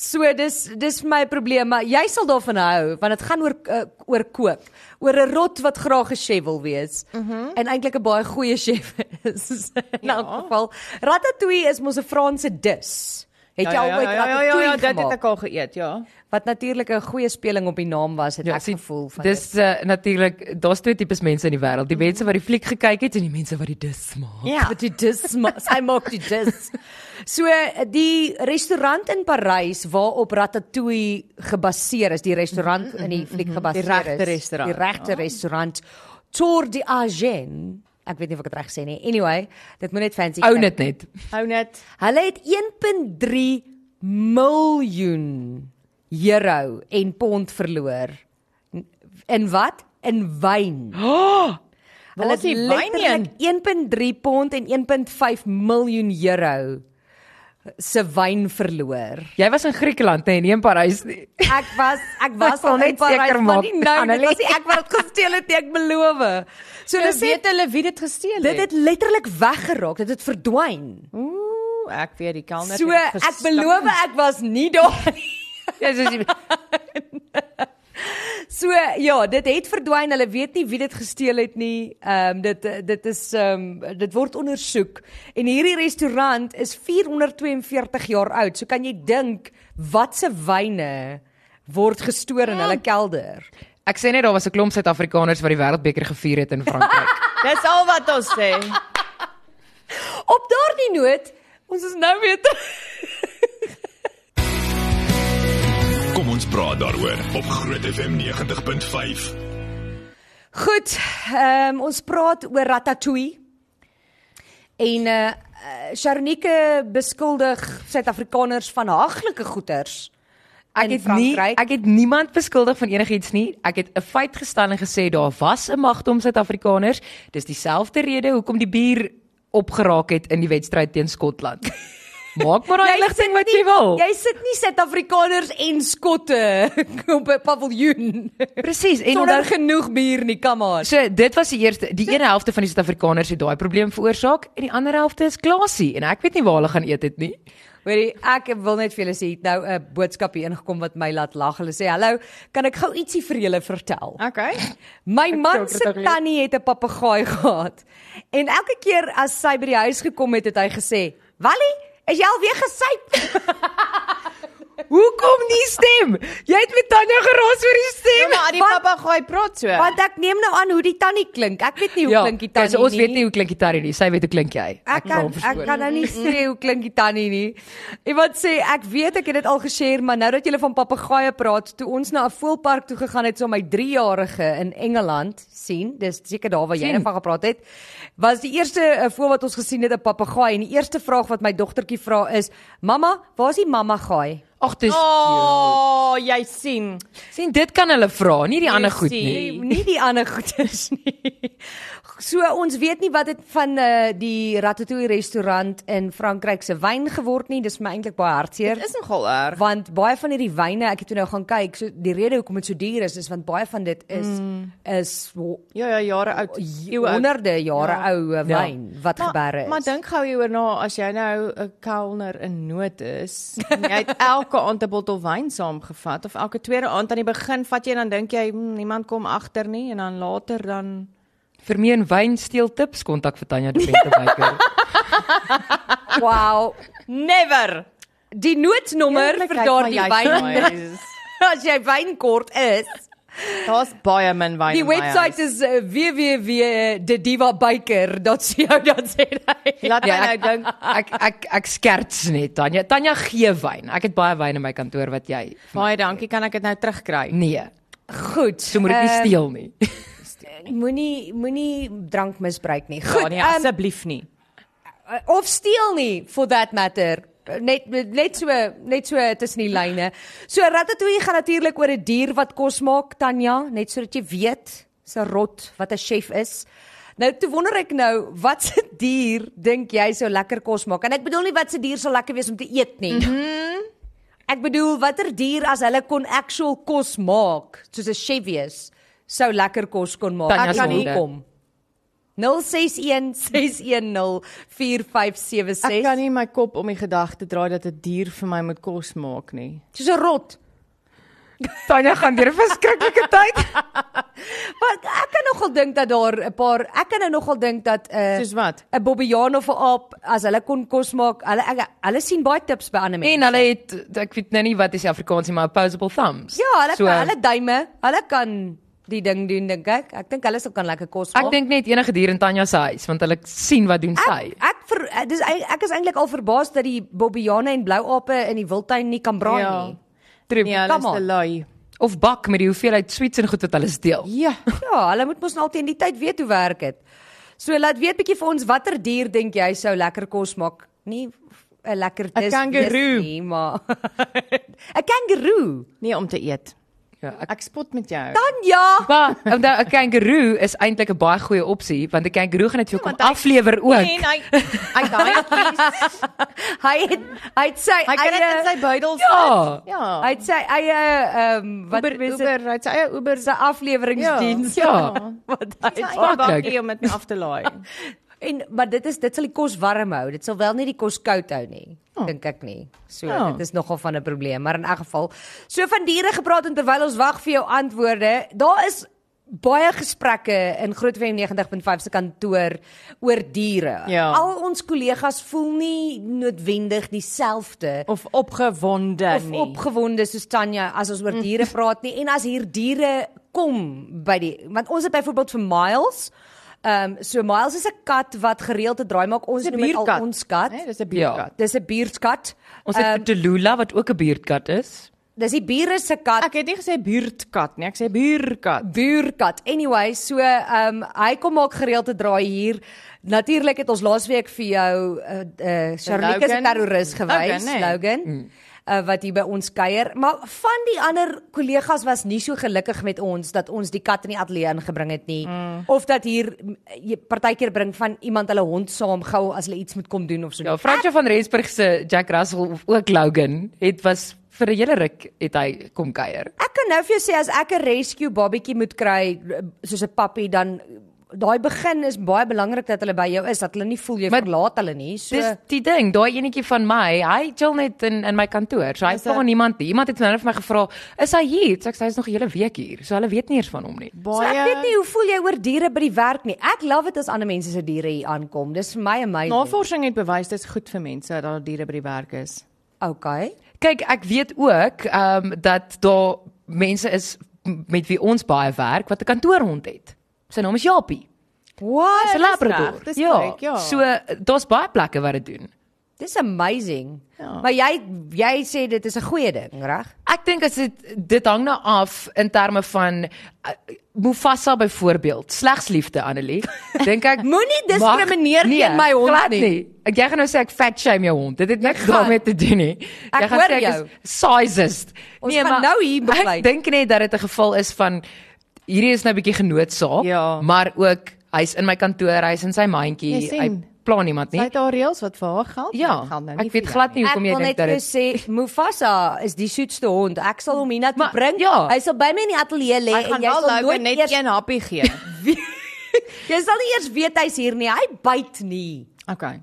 B: So dis dis my probleem, maar jy sal daarvan hou want dit gaan oor uh, oor kook, oor 'n rot wat graag 'n chef wil wees mm -hmm. en eintlik 'n baie goeie chef is. In elk
D: Mhm. Ja.
B: geval, ratatouille is mos 'n Franse dis. Het jy al ooit
D: ja, ja,
B: ratatouille
D: ja, dit het
B: gemaak?
D: ek al geëet, ja.
B: Wat natuurlik 'n goeie speling op die naam was, het ek
C: Ja. sien,
B: gevoel van.
C: Dis uh, natuurlik daar's twee tipes mense in die wêreld. Die mense wat die fliek gekyk het en die mense wat die dis maak.
D: Ja.
B: Wat die dis ma- sy maak die dis. So die restaurant in Parys waarop Ratatouille gebaseer is, die restaurant in die fliek gebaseer is.
D: Mhm, Die regte restaurant. Oh.
B: Die regte restaurant Tour d'Argent. Ek weet nie of ek dit reg sê nie. Anyway, dit moet net fancy
C: Own
B: klink.
C: dit net.
D: Hou net.
B: Hulle het 1.3 miljoen euro en pond verloor. In wat? In wyn. Hulle
D: Waar
B: het
D: is die wyn
B: letterlik 1.3 pond en 1.5 miljoen euro se wyn verloor.
C: Jy was in Griekeland, nee, nie in Parys nie.
B: Ek was ek was
C: Ek wil
B: al
C: net
B: net seker
C: seker
B: maar
C: maak,
B: nie nou nie, dit
C: Annelie.
B: was nie ek wat dit gesteel het nie, ek beloof. So
D: Hulle
B: dis
D: weet hulle wie dit gesteel het.
B: dit het letterlik weggeraak, dit het verdwyn.
D: Ooh, ek weet die kelner.
B: So ek beloof ek was nie daar nie.
C: Ja, soos die-
B: So ja, dit het verdwyn. Hulle weet nie wie dit gesteel het nie. Ehm um, dit dit is ehm um, dit word ondersoek en hierdie restaurant is 442 jaar oud. So kan jy dink watse wyne word gestoor in hulle kelder.
C: ek sê net daar was 'n klomp Suid-Afrikaners wat die wêreldbeker gevier het in Frankryk.
D: Dis al wat ons sê.
B: Op daardie noot, ons is nou weer terug.
A: Kom ons praat daaroor op Groot FM 90.5.
B: Goed, ehm ons praat oor ratatouille. En eh uh, Sharonike beskuldig Suid-Afrikaners van haaglike goeters.
C: Ek
B: in
C: het nie
B: Frankryk.
C: ek het niemand beskuldig van enigiets nie. Ek het 'n feit gestel en gesê daar was 'n magdom Suid-Afrikaners. Dis dieselfde rede hoekom die bier opgeraak het in die wedstryd teen Skotland. Maak maar daai inligting wat jy wil.
B: Jy sit nie Suid-Afrikaners en Skotte op 'n paviljoen.
C: Presies. En
B: Sonder
C: onthou
B: genoeg bier nie, come on.
C: So dit was die eerste die ene helfte van die Suid-Afrikaners het daai probleem veroorsaak en die ander helfte is klasie en ek weet nie waar hulle gaan eet dit nie.
B: Hoorie, ek wil net vir julle sê, het nou 'n boodskap hier ingekom wat my laat lag. Hulle sê, "Hallo, kan ek gou ietsie vir julle vertel?"
D: Okay.
B: My man
C: het Ah, ook
B: se
C: gelees.
B: tannie het 'n papegaai gehad. En elke keer as sy by die huis gekom het, het hy gesê, "Wally, is jy al weer gesyp?"
C: Hoekom nie stem? Jy het met Tanya geraas oor Nee, die
D: Ja,
C: stem.
D: maar die
B: Wat-
D: papegaai praat so.
B: Want ek neem nou aan hoe die tannie klink. Ek weet nie hoe klink die tannie
C: Ja, so ons
B: nie.
C: weet nie hoe klink die tannie nie. Sy weet hoe klink jy.
B: Ek kan ek kan nou nie sê hoe klink die tannie nie. Iemand sê ek weet ek het dit al geshare, maar nou dat jy van papegaaie praat, toe ons na 'n voëlpark toe gegaan het so my 3-jarige in Engeland sien, dis seker daar waar jy
C: Sien.
B: nou van gepraat het, was die eerste eh, voël wat ons gesien het 'n papegaai en die eerste vraag wat my dogtertjie vra is: "Mamma, waar's die mamma gaai?"
C: Ag dis oh.
D: Oh, jy sien.
C: sien dit kan hulle vra, nie die
D: Jy
C: ander goed
D: sien.
C: nie.
B: Nee, nie die ander goeders nie. So ons weet nie wat dit van uh, die Ratatouille restaurant in Frankryk se wyn geword nie. Dis vir my eintlik baie hartseer.
D: Dis nogal erg.
B: want baie van hierdie wyne ek het toe nou gaan kyk so die rede hoekom dit so duur is is want baie van dit is mm. is ho-
D: Ja ja, jare oud. Eeue oud.
B: honderde jare ja. ou wyn ja. wat
D: Maar-
B: geberre is
D: Maar dink gou hieroor na as jy nou 'n kelner in nood is. en Jy het elke aand 'n bottel wyn saamgevat of elke tweede aand aan die begin vat jy en dan dink jy "Hmm, niemand kom agter nie en dan later dan
C: Vir meer wyn steel tips kontak vir Tanya de Venter Wyker.
B: wow
D: never
B: die noodnommer vir daardie wyn as jy wyn kort is
D: Daar's baie min wyn.
B: die
D: in my
B: webwerf
D: huis.
B: is uh, www.dedivabiker.co.za
D: Laat my
C: Ja,
D: nou
C: ek
D: dink.
C: dink ek ek ek skerts net Tanya. Tanya gee wyn. Ek het baie wyn in my kantoor wat jy
D: Baie dankie, kan ek dit nou terugkry?
C: Nee,
B: goed
C: so moet dit nie
B: ehm,
C: steel nie.
B: moenie moenie drank misbruik nie
D: Ja,
B: goed
D: nee,
B: ehm,
D: asseblief nie.
B: Uh, of steel nie for that matter net net so net so tussen die lyne. So ratatouille gaan natuurlik oor 'n dier wat kos maak, Tanya, net sodat jy weet, dis 'n rot wat 'n chef is. Nou toe wonder ek nou, wat se dier dink jy sou lekker kos maak? En ek bedoel nie wat se dier sal lekker wees om te eet nie. Mm -hmm. Ek bedoel watter dier as hulle kon actual kos maak, soos 'n chef wees, sou lekker kos kon maak.
C: Tanya
B: ek kan nie
C: Sonde.
B: kom. 061 610 4576.
D: Ek kan nie my kop om die gedagte draai dat 'n dier vir my moet kos maak nie.
B: Soos 'n rot.
C: Tanya gaan deur 'n verskriklike tyd.
B: Maar ek- ek kan nogal dink dat daar 'n paar ek kan nou nogal dink dat 'n
D: Soos wat?
B: 'n bobbejaan of 'n aap as hulle kon kos maak, hulle ek, hulle sien baie tips by ander mense.
C: En hulle het ek weet nou nie wat is die Afrikaans nie, maar opposable thumbs.
B: ja, hulle
C: So,
B: kan hulle duime, hulle kan die ding doen dink ek. Ek dink hulle sal kan lekker kos maak.
C: Ek dink net enige dier in Tanya se huis want hulle sien wat doen sy.
B: Ek ek ver, eh, dis ek ek is eintlik al verbaas dat die bobbejane en blouape in die wildtuin nie kan braai
D: Ja.
B: nie.
C: True.
D: Nee, hulle
B: Come
D: is te
B: on.
D: lui.
C: Of bak met die hoeveelheid sweets en goed wat hulle deel.
D: Ja.
B: Ja, hulle moet mos nou al teen die tyd weet hoe werk dit. So laat weet bietjie vir ons watter dier dink jy sou lekker kos maak? Nie 'n lekker dis
D: kangoeroe.
B: dis nie, maar 'n kangeroe.
D: Nee, om te eet.
C: Ja, ek
D: Ek spot met jou.
B: Dan ja.
C: Maar onthou 'n kangeroe is eintlik 'n baie goeie opsie want 'n kangeroe gaan dit
B: Ja,
C: vir jou kom
D: want hy-
C: aflewer
B: Nee,
C: ook.
D: En Nee, hy hy daai
B: Hy het hy het sy
D: hy kan dit in sy
B: eie
D: buidel
C: Ja.
D: sit. Ja.
B: hy het sy eie ehm um, wat
D: Uber
B: is dit?
D: Uber, hy het sy eie Uber
B: sy afleweringsdiens
C: Ja.
B: wat hy
D: Hy het
C: smakelijk.
D: bakkie om dit mee af te laai.
B: En maar dit is dit sal die kos warm hou. Dit sal wel nie die kos koud hou nie. Oh. Dink ek nie. So
D: Ja.
B: oh. dit is nogal van 'n probleem, maar in elk geval, so van diere gepraat en terwyl ons wag vir jou antwoorde, daar is baie gesprekke in Groot FM 90.5 se kantoor oor diere.
D: Ja.
B: Al ons kollegas voel nie noodwendig dieselfde
D: of opgewonde
B: of
D: nie.
B: opgewonde soos Tanya as ons oor diere
D: Mm.
B: praat nie en as hier diere kom by die want ons het byvoorbeeld vir Miles ehm um, so Miles is 'n kat wat gereeld 'n draai maak ons
D: Dis 'n
B: noem dit al
D: buurtkat,
B: ons kat Ja,
D: né? Dis 'n buurtkat.
B: dis 'n buurtkat
C: Ons het
B: Ehm,
C: vir Delula wat ook 'n buurtkat is.
B: dis die bure se kat
D: Ek het nie gesê buurtkat nie, ek sê buurkat.
B: buurkat. Anyway, so ehm um, hy kom maak gereelde draai hier. Natuurlik het ons laasweek vir jou eh uh, Charlike se
D: Logan.
B: terroris gewys,
D: Logan,
B: Logan,
D: hè?
B: Logan uh, wat hier by ons kuier, maar van die ander kollegas was nie so gelukkig met ons dat ons die kat in die ateljee ingebring het nie mm. of dat hier mm, jy- partykeer bring van iemand hulle hond saam gou as hulle iets moet kom doen of so.
C: Ja, Fransjo van Rensburg se Jack Russell of ook Logan het was vir 'n hele ruk het hy kom kuier.
B: Ek kan nou vir jou sê as ek 'n rescue babatjie moet kry eh, soos 'n pappie dan daai begin is baie belangrik dat hulle by jou is dat hulle nie voel jy
C: Maar
B: verlaat hulle nie. So
C: Dis die ding, daai enetjie van my, hy chill net in in my kantoor. So hy
D: Is hy-
C: vra niemand nie. Iemand het nou net vir my gevra, "Is hy hier?" So ek sê hy's nog 'n hele week hier. So hulle weet nie eers van hom nie.
B: so
D: Baie
B: ek weet nie hoe voel jy oor diere by die werk nie. Ek love dit as ander mense se diere hier aankom. Dis vir my amazing.
D: Navorsing het bewys dit is goed vir mense dat daar diere by die werk is.
B: Okay.
C: Kyk, ek weet ook ehm um, dat daar mense is m- met wie ons baie werk wat 'n kantoorhond het. Sy naam is Japie. Dis 'n
B: What?
D: dis
C: labrador.
D: reg, dis
C: ja,
D: korrek, ja.
C: So daar's baie plekke wat dit doen.
B: Dis amazing.
D: Ja.
B: Maar jy jy sê dit is 'n goeie ding, reg?
C: Ek dink as dit dit hang nou af in terme van uh, Mufasa byvoorbeeld, slegs liefde Annelie. Dink ek
B: Moenie
C: mag-
B: diskrimineer
C: nee,
B: teen my hond
C: glad
B: nie.
C: Ek jy gaan nou sê ek fat shame jou hond. Dit het niks
B: gaan.
C: daarmee te doen nie.
B: Ek
C: jy gaan
B: hoor
C: sê ek
B: jou.
C: is sizest. Nee,
B: Ons gaan nou hier beklei.
C: Ek dink net dat dit 'n geval is van hierdie is nou 'n bietjie genoodsaak,
D: Ja.
C: maar ook hy's in my kantoor, hy's in sy
D: Jy
C: mandjie.
D: sien.
C: Hy plan niemand
D: Sy
C: nie.
D: het haar reëls wat vir haar geld
C: Nee. Ja,
D: geld nou nie
C: ek weet
D: vir jou
C: glad nie
B: Ek
C: hoekom jy
B: wil
C: dink
B: net
C: dat
B: vir jou
C: dit
B: sê Mufasa is die soetste hond. Ek sal hom hiernatoe
C: Maar,
B: bring.
C: ja.
B: Hy sal by my in die ateljee lê
D: Hy
B: en
D: gaan
B: jy
D: wel
B: sal
D: Logan
B: nooit
D: net
B: eers
D: een happie gee.
B: Jy sal nie eers weet hy's hier nie. Hy byt nie.
D: Okay.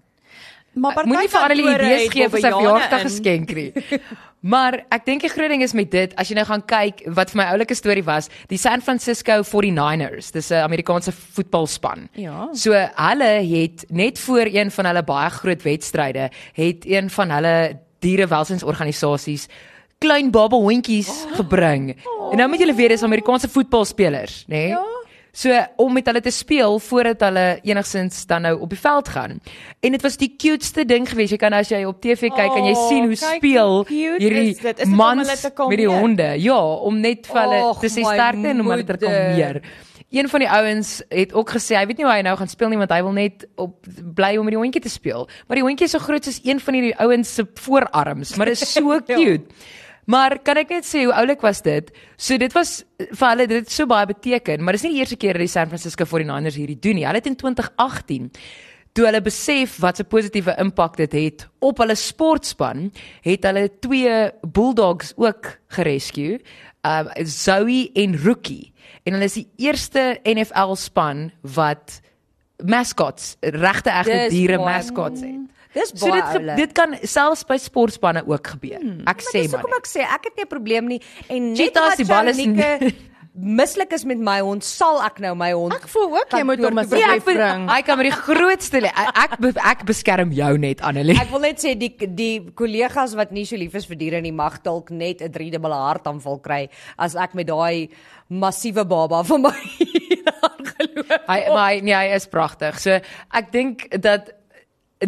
D: Maar party
C: Moenie vir Annelie
D: kantore
C: idees
D: het
C: gee vir sy
D: bobbejane
C: verjaarsdag
D: in.
C: geskenk nie. maar ek dink die groot ding is met dit, as jy nou gaan kyk wat vir my oulike storie was, die San Francisco 49ers, dis 'n Amerikaanse voetbalspan.
D: Ja.
C: So hulle het net voor een van hulle baie groot wedstryde, het een van hulle dierewelsynsorganisasies klein babelhondjies
D: Oh.
C: gebring. En nou moet julle weet dis Amerikaanse voetbalspelers, nê? Nee?
D: Ja.
C: So om met hulle te speel voordat hulle enigsins dan nou op die veld gaan. En dit was die cutest ding geweest. Jy kan nou, as jy op TV kyk en jy
D: Oh,
C: sien hoe
D: kyk
C: speel
D: hoe cute
C: hierdie
D: is dit. Is dit om
C: mans
D: hulle te kalmeer?
C: met die honde. Ja, om net vir hulle
B: Och,
C: te sê
B: my
C: sterkte en om hulle te
B: moeder.
C: kalmeer. Een van die ouens het ook gesê hy weet nie hoe hy nou gaan speel nie want hy wil net op bly om met die hondjie te speel. Maar die hondjie is so groot soos een van hierdie ouens se voorarms, maar dit is so Ja. cute. Maar kan ek net sê hoe oulik was dit? So dit was vir hulle dit het so baie beteken, maar dis nie die eerste keer dat die San Francisco 49ers hierdie doen nie. Hulle het in 2018 toe hulle besef wat 'n positiewe impak dit het op hulle sportspan, het hulle twee Bulldogs ook gerescue, um Zoe en Rookie. En hulle is die eerste NFL span wat mascots, regte egte
B: Dis
C: diere
B: mooi.
C: mascots het.
B: Dis
C: So
B: baie
C: dit
B: so
C: ge- dit kan selfs by sportspanne ook gebeur. Ek sê
B: Dis
C: maar.
B: hoekom
C: net.
B: ek sê ek het nie 'n probleem nie en net
C: Cheetahs,
B: omdat
C: die bal is
B: Sjanike mislik is met my hond, sal ek nou my hond.
D: Ek voel ook jy moet
B: kantoor
D: hom as
B: toe
C: Ja,
D: jy
C: ek vind
D: bring.
C: hy kan met die grootste le- ek be- ek beskerm jou net Annelie.
B: Ek wil net sê die die kollegas wat nie so lief is vir diere nie mag dalk net 'n driedubbele hartaanval kry as ek met daai massiewe baba van my aangeloop.
C: Hy maar hy, nee, hy is pragtig. So ek dink dat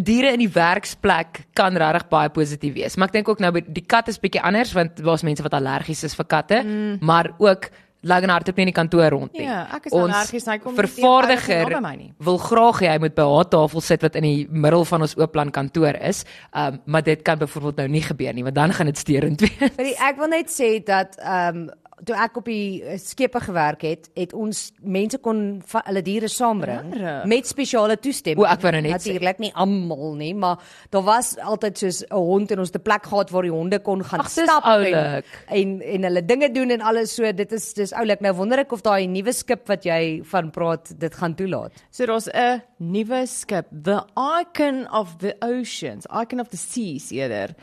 C: diere in die werksplek kan regtig baie positief wees. Maar ek dink ook nou by- die kat is bietjie anders want daar's mense wat allergies is vir katte, mm. maar ook Lagan hardop nie in die kantoor rond nie.
D: Ja, ek is
C: Ons
D: allergies en hy kom nie teen- hy kom
C: vervaardiger
D: nie na by my nie.
C: wil graag hê hy moet by haar tafel sit wat in die middel van ons oop plan kantoor is. Ehm um, maar dit kan byvoorbeeld nou nie gebeur nie want dan gaan dit steurend wees.
B: Weet jy, Ek wil net sê dat ehm um, toe ek op die eh, skepe gewerk het, het ons mense kon va- hulle diere saambring
D: Rarig.
B: met spesiale toestemming.
C: O, ek wou nou net sê.
B: natuurlik nie almal nie, maar daar was altyd soos 'n hond en ons het 'n plek gehad waar die honde kon gaan
C: Ag, dis
B: stap en,
C: oulik.
B: en en hulle dinge doen en alles so. Dit is dis oulik. Nou wonder ek of daai nuwe skip wat jy van praat, dit gaan toelaat.
D: So daar's 'n nuwe skip, The Icon of the Oceans, Icon of the Seas eerder.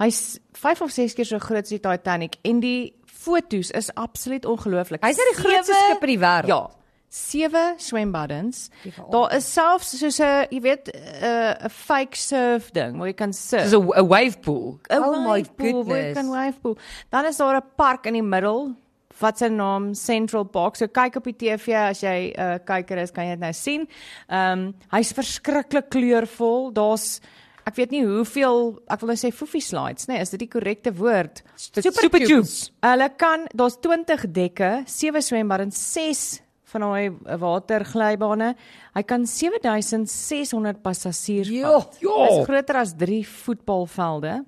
D: Hy's 5 of 6 keer so groot as die Titanic en die fotos is absoluut ongelooflik.
B: Hy's nou die grootste
D: Sewe-
B: skip in die wêreld.
D: Ja. Sewe swembaddens.
B: Liewe
D: Daar is selfs soos 'n, jy weet, 'n 'n fake surf ding waar jy kan surf.
C: Dis 'n w- 'n wave pool.
D: Oh,
B: Oh my
D: my pool, waar jy
B: goodness.
D: kan wave pool. Dan is daar 'n park in die middel wat se naam Central Park. So kyk op die TV as jy 'n uh, kyker is, kan jy dit nou sien. Ehm um, hy's verskriklik kleurvol. Daar's ek weet nie hoeveel, ek wil nou sê foofie slides, nê, nee, is dit die korrekte woord?
C: Super Super tubes. tubes.
D: Hulle kan daar's 20 dekke, 7 swembaddens, 6 van daai waterglybane. Hy kan 7600 passasiers
C: Ja.
B: Jo,
D: vat.
C: jo.
D: Dis groter as 3 voetbalvelde.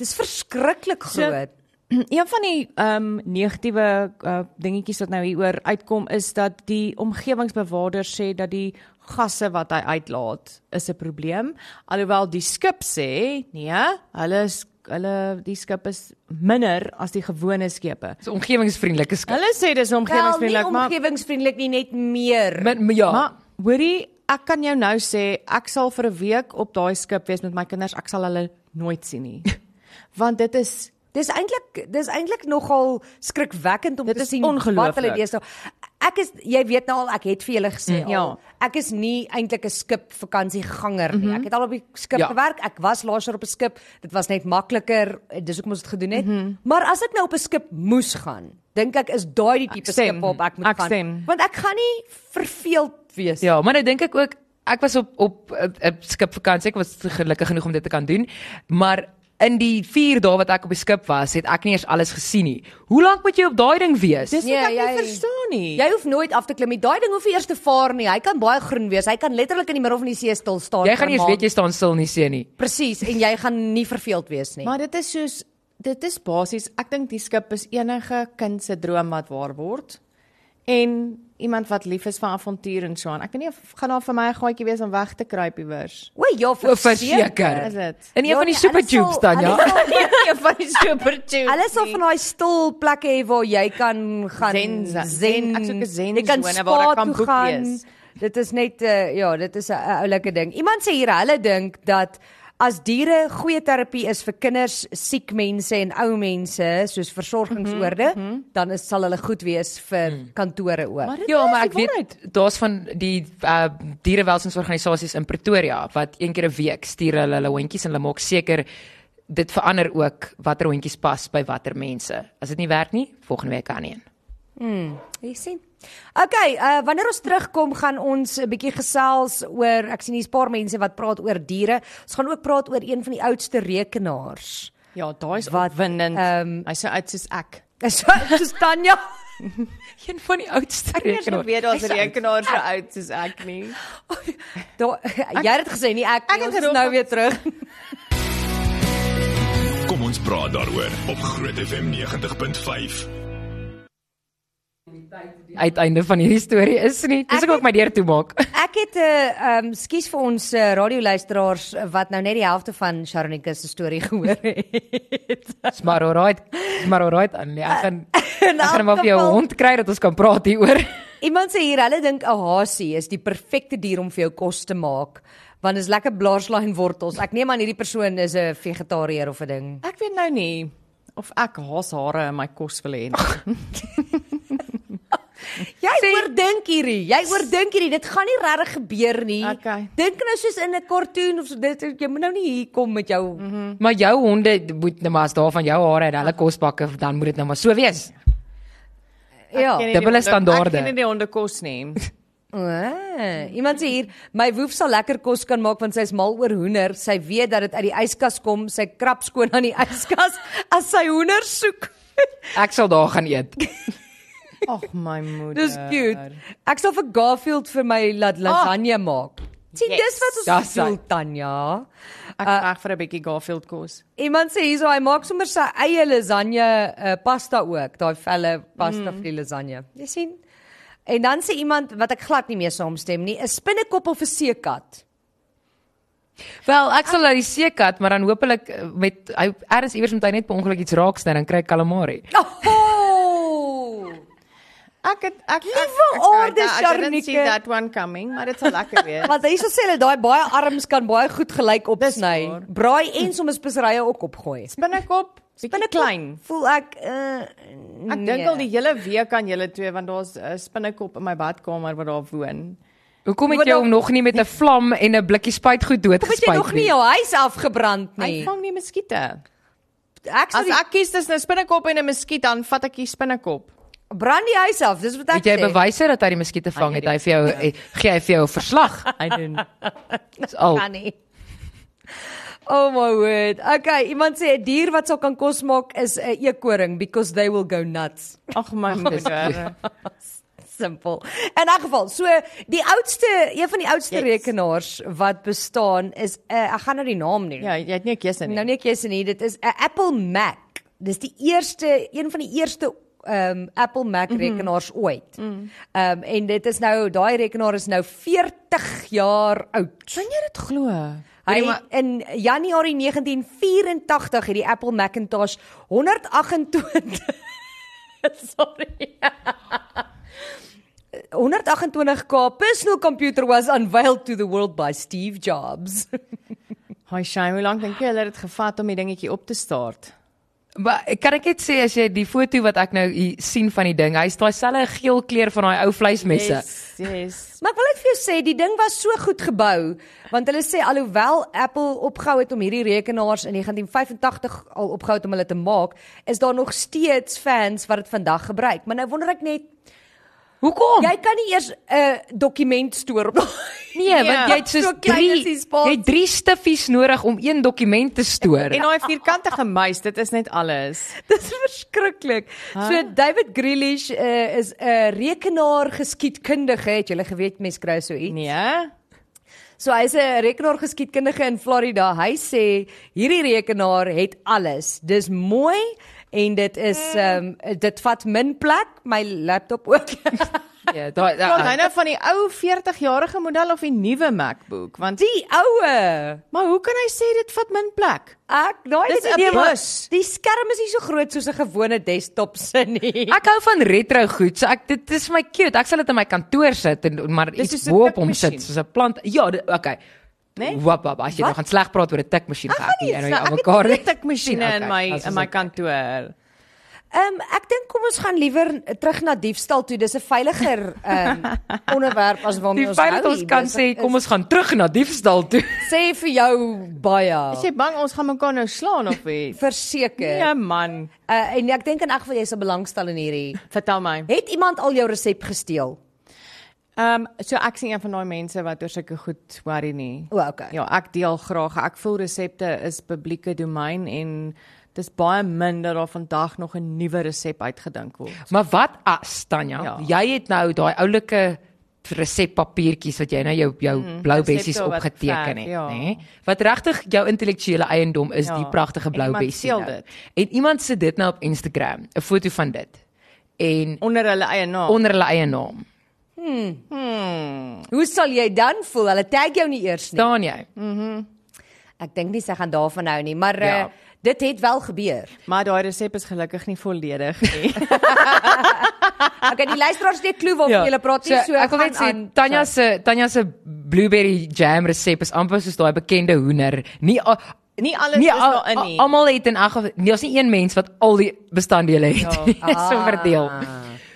B: Dis verskriklik groot. So,
D: Een van die ehm um, negatiewe uh, dingetjies wat nou hieroor uitkom is dat die omgewingsbewaarder sê dat die gasse wat hy uitlaat is 'n probleem. Alhoewel die skip sê nee, hulle is hulle die skip is minder as die gewone skepe.
C: Dis 'n omgewingsvriendelike skip.
D: Hulle sê dis omgewingsvriendelik,
B: Wel, nie
D: maar
B: omgewingsvriendelik nie net meer.
C: Met maar ja.
D: maar hoorie, ek kan jou nou sê ek sal vir 'n week op daai skip wees met my kinders. Ek sal hulle nooit sien nie. Want dit is
B: Dis eintlik dis eintlik nogal skrikwekkend om
D: Dit
B: te
D: is
B: sien
D: ongelooflik.
B: wat hulle deesdae. Ek is jy weet nou al ek het vir julle gesê
D: ja.
B: al. Ek is nie eintlik 'n skip vakansieganger nie. Mm -hmm. Ek het al op die skip
C: Ja.
B: ja. gewerk. Ek was laas jaar op 'n skip. Dit was net makliker. eh, Dis hoekom ons dit gedoen het. Mm -hmm. Maar as ek nou op 'n skip moes gaan, dink ek is daai die tipe
D: stem.
B: skip waarop ek moet
D: Ek
B: gaan.
D: stem.
B: Want ek gaan nie verveeld wees.
C: Ja, maar nou dink ek ook ek was op op 'n- 'n skipvakansie. Ek was gelukkig genoeg om dit te kan doen. Maar in die 4 dae wat ek op die skip was, het ek nie eens alles gesien nie. Hoe lank moet jy op daai ding wees?
D: dis
C: Dis
D: wat
B: Nee,
D: ek nie
B: jy-
D: verstaan nie.
B: Jy hoef nooit af te klim nie. Daai ding hoef nie eers te vaar nie. Hy kan baie groen wees. Hy kan letterlik in die middel van die see stil staan.
C: jy gaan nie
B: vir 'n
C: eens weet
B: maand.
C: jy staan stil nie, sien nie.
B: Presies, en jy gaan nie verveeld wees nie.
D: Maar dit is soos dit is basies, ek dink die skip is enige kind se droom wat waar word. En iemand wat lief is vir avontuur en so aan. Ek weet nie of gaan daar vir my 'n gaatjie wees om weg te kruip iewers.
B: O ja,
C: O,
B: verseker.
C: verseker.
D: Is dit?
C: In een
B: Ja,
C: van die
B: nee, hulle
C: super tubes
B: sal-
C: dan
B: hulle
C: ja.
B: sal-
D: Een van die super tune. Nee.
B: Hulle sal van daai stil plekke hê waar jy kan gaan
D: Zen- zen- ek soek 'n zen
B: Jy kan
D: sone waar ek
B: spa
D: kan
B: toe
D: boek
B: gaan.
D: lees.
B: Dit is net uh, ja, dit is 'n uh, oulike ding. Iemand sê hier hulle dink dat as diere goeie terapie is vir kinders, siek mense en ou mense soos versorgingsoorde, mm -hmm. dan is sal hulle goed wees vir mm. kantore ook.
D: Maar dit
C: Ja,
D: is
C: maar
D: die
C: ek weet daar's van die uh dierewelsynsorganisasies in Pretoria wat een keer 'n week stuur hulle hulle hondjies en hulle maak seker dit verander ook watter hondjies pas by watter mense. As dit nie werk nie, volgende week kan een.
B: Jy sien. Okay, uh, wanneer ons terugkom gaan ons 'n bietjie gesels oor ek sien hier's 'n paar mense wat praat oor diere. Ons gaan ook praat oor een van die oudste rekenaars.
D: Ja, daai is
B: Wat,
D: opwindend.
B: ehm,
D: Hy's so uit soos ek.
B: Dis dis Tanya.
C: Een van die oudste
D: weet daar's rekenaars so oud soos ek nie.
B: Da, jy het dit gesê nie ek
D: Ek
B: nie,
D: het
B: ons is
D: gedoog-
B: nou weer terug.
A: Kom ons praat daaroor op Groot FM 90.5.
C: uiteinde van hierdie storie is nie. Dis
B: Ek
C: ek ook my deur toe maak.
B: Ek het 'n uh, ehm um, skuis vir ons uh, radioluisteraars eh, wat nou net die helfte van Sharonika se storie gehoor het.
C: Dis maar alright. Dis maar alright. Annelie. Ek gaan
B: Eh, In
C: ek gaan
B: elk
C: maar vir jou
B: geval-
C: hond kry dat ons kan praat hieroor.
B: Iemand sê hier hulle dink 'n hasie is die perfekte dier om vir jou kos te maak want is lekker blaarslyn wortels. Ek neem aan hierdie persoon is 'n vegetariër of 'n ding.
D: Ek weet nou nie of ek haashare in my kos wil hê. nie.
B: Jy sê, oordink hierdie. Jy oordink hierdie. Dit gaan nie regtig gebeur nie.
D: Okay.
B: Dink nou soos in 'n kartoon of so dit jy moet nou nie hier kom met jou. Mm
D: Mhm.
B: -hmm.
C: Maar jou honde moet nou maar as daarvan jou hare en hulle kosbakke dan moet dit nou maar so wees.
B: Ja.
D: Ken nie die
C: dubbele
D: honde-
C: standaarde.
D: Ek ken nie die honde kos nie.
B: Ah, iemand sê hier, my woef sal lekker kos kan maak want sy's mal oor hoender. Sy weet dat dit uit die yskas kom. Sy krap skoon aan die yskas as sy hoender soek.
C: Ek sal daar gaan eet.
D: Ag my moeder. Ja.
B: Dis cute. Ek sal vir Garfield vir my laat lasagne maak. Sien,
D: Ah. Yes.
B: dis wat ons
C: Dis hy.
B: wil Tanya.
D: Ek uh, reg vir 'n bietjie Garfield kos.
B: Iemand sê hierso hy maak sommer sy eie lasagne uh, pasta ook, daai velle pasta mm. vir die lasagne. Jy sien? En dan sê iemand wat ek glad nie mee saamstem nie, 'n spinnekop of 'n seekat.
C: Wel, ek sal uit die see kat, maar dan hopelik eh, met hy erns iewers moet hy net per ongeluk iets raaksny dan kry ek calamari.
B: Oh!
D: Ek het ek
B: Liewe orde,
D: I didn't see
B: Sjarnike.
D: that one coming, maar dit sal lekker wees.
B: Want hierso sê hulle daai baie arms kan baie goed gelyk
D: waar.
B: opsny. Braai en sommer speserye ook opgooi.
D: Spinnekop, bietjie
B: Spinnekop
D: klein. Nee.
B: Voel ek uh,
D: Ek dink al die hele week aan julle twee want daar's 'n spinnekop in my badkamer wat daar woon.
C: Hoekom
B: Maar
C: het jy
B: dan-
C: hom nog nie met 'n vlam en 'n blikkie spuitgoed
B: Kom het jy
C: doodgespuit
B: nog nie jou huis afgebrand
D: Hy
B: nie.
D: vang nie muskiete.
B: Ek sê
D: As ek kies tussen 'n spinnekop en 'n muskiet, dan vat ek die spinnekop.
B: brand die huis af. Dis wat ek
C: Het jy
B: sê.
C: bewyse dat hy die muskiete vang het? Hy vir jou eh, gee hy vir jou 'n verslag.
D: I doen.
C: Dis al.
B: kan nie. Oh my word. Okay, iemand sê 'n dier wat sou kan kos maak is 'n eekoring because they will go nuts.
D: Ag my
C: Dis
D: god.
B: Simpel. In 'n geval, so die oudste, een van die oudste yes.
D: Yes.
B: rekenaars wat bestaan is 'n uh, ek gaan nou die naam noem.
D: Ja, jy het nie 'n keuse nie.
B: Nou nie keuse nie, dit is 'n Apple Mac. Dis die eerste een van die eerste ehm um, Apple Mac mm -hmm. rekenaars ooit. Ehm mm. um, en dit is nou daai rekenaar is nou 40 jaar oud.
D: Kan jy dit glo?
B: Hy
C: Hoorie, maar-
B: in Januarie 1984 het die Apple Macintosh 128 Sorry. 128k personal computer was unveiled to the world by Steve Jobs.
D: Hi Shane, hoe lank dink jy hulle het dit gevat om die dingetjie op te staart?
C: Maar kan ek net sê as jy die foto wat ek nou hier sien van die ding, hy's daai selfe geel kleur van daai ou vleismesse.
D: Yes, yes.
B: Maar ek wil net vir jou sê die ding was so goed gebou want hulle sê alhoewel Apple opgehou het om hierdie rekenaars in 1985 al opgehou het om hulle te maak, is daar nog steeds fans wat dit vandag gebruik. Maar nou wonder ek net,
C: Hoekom?
B: jy kan nie eers 'n dokument stoor op daai
C: nee, want jy het
B: so
C: soos
B: klein is
C: drie,
B: die spasie.
C: jy het drie stiffies nodig om een dokument te stoor.
D: En daai vierkantige muis, dit is net alles.
B: Dis verskriklik.
D: Ah.
B: So David Grealish uh, is 'n rekenaar geskiedkundige, het jy geweet mense kry so iets.
D: Nee.
B: So hy's 'n rekenaargeskiedkundige in Florida. Hy sê hierdie rekenaar het alles. Dis mooi en dit
D: Mm.
B: is ehm um, dit vat min plek, my laptop ook.
C: Ja, daai
D: Praat hy
C: daai-
D: nou van die ou 40-jarige model of die nuwe MacBook? Want
B: Die oue.
D: maar hoe kan hy sê dit vat min plek?
B: Ek daai
D: Dis
B: het
D: 'n
B: idee, maar
D: plus.
B: Die skerm is nie so groot soos 'n gewone desktop se nie.
C: Ek hou van retro goed. So ek dit is vir my cute. Ek sal dit in my kantoor sit en maar
D: Dis
C: iets
D: soos 'n
C: bo op hom
D: tikmasjien.
C: sit soos 'n plant. Ja, dit, okay.
D: Nee?
C: Wap wap, as jy nou gaan sleg praat oor 'n tikmasjien gaan
D: nie, Ja,
C: en
D: so
C: nou
D: ek
C: aan
D: het
C: mekaar.
D: twee tikmasjiene
C: Okay,
D: in my
C: as
D: in
C: ons
D: my
C: dit-
D: kantoor.
B: Ehm um, ek dink kom ons gaan liewer terug na diefstal toe. Dis 'n veiliger ehm um, onderwerp as waarmee
C: Die
B: ons
C: feit dat
B: nou
C: ons
B: hier
C: kan
B: besig
C: sê kom ons gaan terug na diefstal toe.
B: is. sê vir jou baie.
D: Is jy bang ons gaan mekaar nou slaan of iets?
B: Verseker.
C: Ja.
D: Nee man,
B: Uh, en ek dink en ek wil jy sal belangstel in hierdie.
D: vertel my.
B: Het iemand al jou resep gesteel?
D: Ehm um, so ek sien een van daai mense wat oor sulke goed worry nie.
B: O, okay.
D: Ja, ek deel graag. Ek voel resepte is publieke domein en dis baie min dat daar vandag nog 'n nuwe resep uitgedink word.
C: Maar wat as Tanya,
D: Ja.
C: jy het nou daai oulike reseppapiertjies wat jy nou jou jou blou bessies
D: resepte wat
C: opgeteken
D: ver,
C: het,
D: ja.
C: nê? Wat regtig jou intellektuele eiendom is,
D: Ja.
C: die pragtige
D: En
C: blou
D: iemand
C: bessie.
D: steel
C: nou.
D: dit.
C: En iemand sit dit nou op Instagram, 'n foto van dit. En
D: Onder hulle eie naam.
C: onder hulle eie naam.
B: Hoe sal jy dan voel? Hulle tag jou nie eers nie.
C: Staan jy?
B: Ek dink nie sy gaan daarvan hou nie, maar ja.
C: Ja.
B: uh, dit het wel gebeur.
D: maar daai resep is gelukkig nie volledig nie.
B: Okay, die luisteraars het 'n klou waarvan ja. jy praat nie, so, so
C: ek wil net sê Tanya se Tanya se blueberry jam resep is amper soos daai bekende hoender. Nie al,
D: nie alles
C: nie
D: is
C: Nee, al-
D: daarin nie.
C: almal het in ag daar's nie een mens wat al die bestanddele het. Ja. so verdeel.
D: Ah.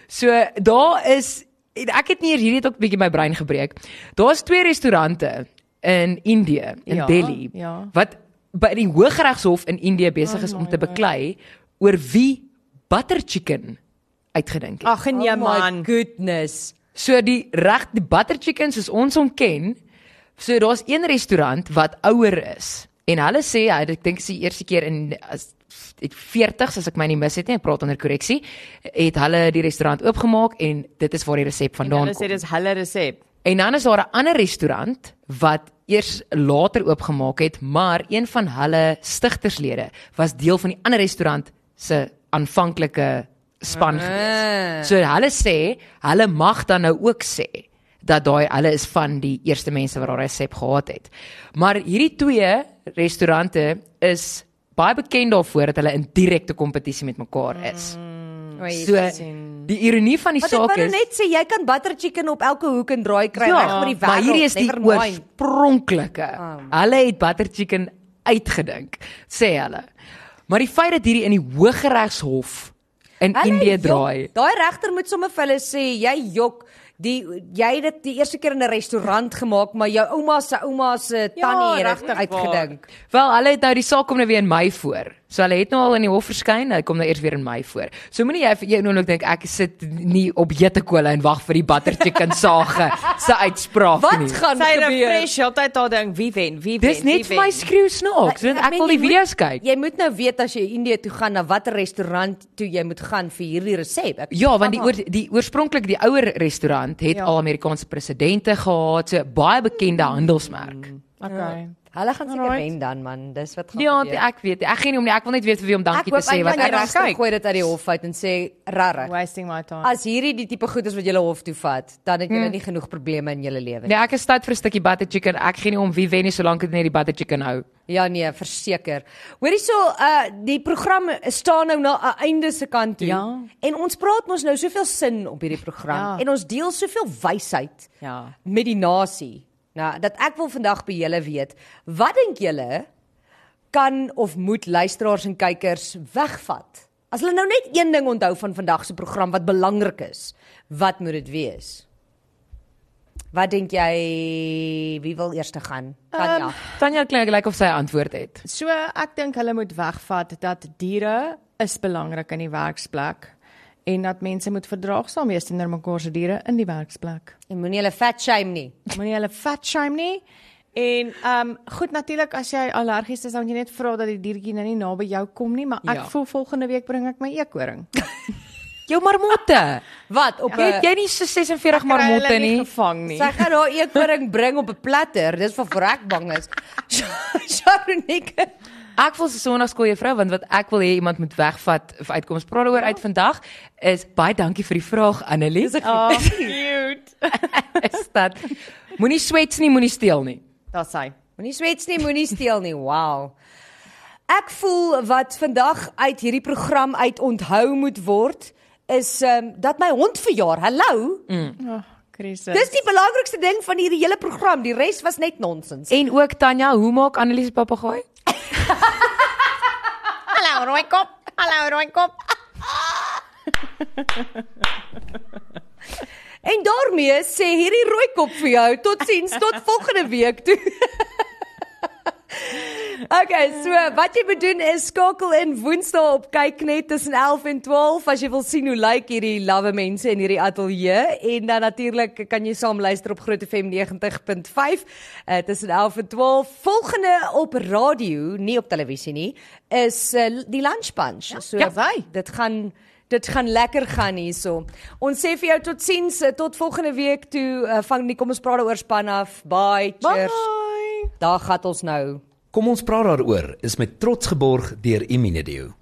C: So daar is en ek het nie hierdie het ook bietjie my brein gebreek. Daar's twee restaurante in Indië, in
D: Ja,
C: Delhi,
D: ja.
C: wat by die Hooggeregshof in Indië besig is om te beklei oor wie butter chicken uitgedink het.
D: Ag nee
B: oh my
D: man.
B: goodness.
C: So die reg die butter chicken soos ons hom ken. So daar's een restaurant wat ouer is en hulle sê hy ek dink is die eerste keer in as het 40s as ek my nie mis het nie, ek praat onder korreksie, het hulle die restaurant oopgemaak en dit is waar die resep vandaan
D: Hulle sê
C: kom.
D: dis hulle resep.
C: En dan is daar 'n ander restaurant wat eers later oopgemaak het, maar een van hulle stigterslede was deel van die ander restaurant se aanvanklike
B: Ah.
C: span gewees. So hulle sê, hulle mag dan nou ook sê dat daai hulle is van die eerste mense wat daai resep gehad het. Maar hierdie twee restaurante is baie bekend daarvoor dat hulle in direkte kompetisie met mekaar is.
B: Ja.
C: So die ironie van die
B: Mm, Wat ek wou
C: saak
B: nou
C: is Ja,
B: net sê, jy kan butter chicken op elke hoek en draai kry reg met die wêreld.
C: maar hierdie is die
B: never mind. Ah.
C: oorspronklike. Hulle het butter chicken uitgedink, sê hulle. Maar die feit dat hierdie in die Hooggeregshof in
B: Hulle
C: Indië
B: jok.
C: draai.
B: Daai regter moet sommer vir hulle sê jy jok die jy het dit die eerste keer in 'n restaurant gemaak maar jou ouma se ouma se
D: Ja,
B: tannie het dit
D: regtig
B: uitgedink.
C: Wel, hulle het nou die saak kom nou weer in Mei voor. So hulle het nou al in die hof verskyn, hulle kom nou eers weer in Mei voor. So moenie jy vir een oomblik dink ek sit nie op jetekole en wag vir die butter chicken sage se uitspraak
B: Wat
C: nie.
B: gaan
D: Sy
B: gebeur?
D: refresh altyd haar ding, wie wen, wie wen.
C: Dis net vir my skreeu snaaks, want ek
B: meen, jy
C: wil die
B: moet-
C: video's kyk.
B: Jy moet nou weet as jy Indië toe gaan na watter restaurant toe jy moet gaan vir hierdie resep. Ek-
C: Ja, want die
B: Aha.
C: oor, die oorspronklik die ouer restaurant het
D: Ja.
C: al Amerikaanse presidente gehad, so baie bekende handelsmerk.
D: Okay.
B: Hulle gaan seker
D: Alright.
B: wen dan man, dis wat gaan
C: Ja,
B: gebeur.
C: ek weet, nie, ek gee nie om nie, ek wil net weet vir wie om
B: Ek
C: dankie
B: hoop
C: te sê
B: eintlik
C: want
B: die
C: ek
D: gaan
B: regter
D: kyk.
B: gooi dit uit die hof uit en sê rarig.
D: Wasting my time.
B: As hierdie die tipe goed is wat julle hof toe vat, dan het
D: Hmm.
B: julle nie genoeg probleme in julle lewe nie.
C: Nee, ek is tyd vir 'n stukkie butter chicken. Ek gee nie om wie wen nie solank dit net die butter chicken hou.
B: Ja nee, verseker. Hoorie so, uh die program staan nou na 'n einde se kant toe.
D: Ja.
B: En ons praat mos nou soveel sin op hierdie program
D: Ja.
B: en ons deel soveel wysheid
D: Ja.
B: met die nasie. Nou, dat ek wil vandag by julle weet, wat dink julle kan of moet luisteraars en kykers wegvat? As hulle nou net een ding onthou van vandag se program wat belangrik is, wat moet dit wees? Wat dink jy wie wil eers te gaan? Tanya. Um,
C: Tanya klink gelyk of sy 'n antwoord het.
D: So ek dink hulle moet wegvat dat diere is belangrik in die werksplek en dat mense moet verdraagsaam wees teenoor mekaar se diere in die werksplek.
B: En moenie hulle fat shame nie.
D: Moenie hulle fat shame nie. En ehm um, goed natuurlik as jy allergies is dan moet jy net vra dat die diertjie nou nie naby jou kom nie, maar ek
C: Ja.
D: ja. voel volgende week bring ek my eekoring.
C: Jou marmotte.
B: Wat op 'n
C: Het jy nie so 46 marmotte nie?
D: gevang nie.
B: Sy gaan haar eetkoring bring op 'n platter. Dis vir vrek bang is. Sharonike.
C: Ek wil se sonnaarskooljuffrou want wat ek wil hê iemand moet wegvat vir uitkoms praat oor uit vandag is baie dankie vir die vraag Annelie. Dis
D: Oh, cute.
C: is dat moenie swets nie, moenie steel nie.
D: Daar's hy.
B: Moenie swets nie, moenie steel nie. Wow. Ek voel wat vandag uit hierdie program uit onthou moet word is ehm um, dat my hond verjaar. Hallo. Mm.
D: Oh, Christus.
B: Dis die belangrikste ding van hierdie hele program. Die res was net nonsens.
C: En ook Tanya, hoe maak Annelies papegaai?
D: Hallo rooi kop. Hallo rooi kop.
B: En daarmee sê hierdie rooi kop vir jou totsiens tot volgende week toe. Okay, so uh, wat jy moet doen is skakel in Woensdae op kyk net tussen 11 en 12 as jy wil sien hoe lyk hierdie lawwe mense in hierdie ateljee en dan natuurlik kan jy saam luister op Groot FM 90.5 uh, tussen 11 en 12. Volgende op radio, nie op televisie nie, is uh, die Lunch Punch. So
D: ja, sy.
B: dit gaan dit gaan lekker gaan hierso. Ons sê vir jou totsiens eh, tot volgende week toe uh, van die kom ons praat oor span af. Bye. Cheers.
D: Bye.
B: Daar gaan ons nou.
E: Kom ons praat daaroor is met trots geborg deur Imunedio.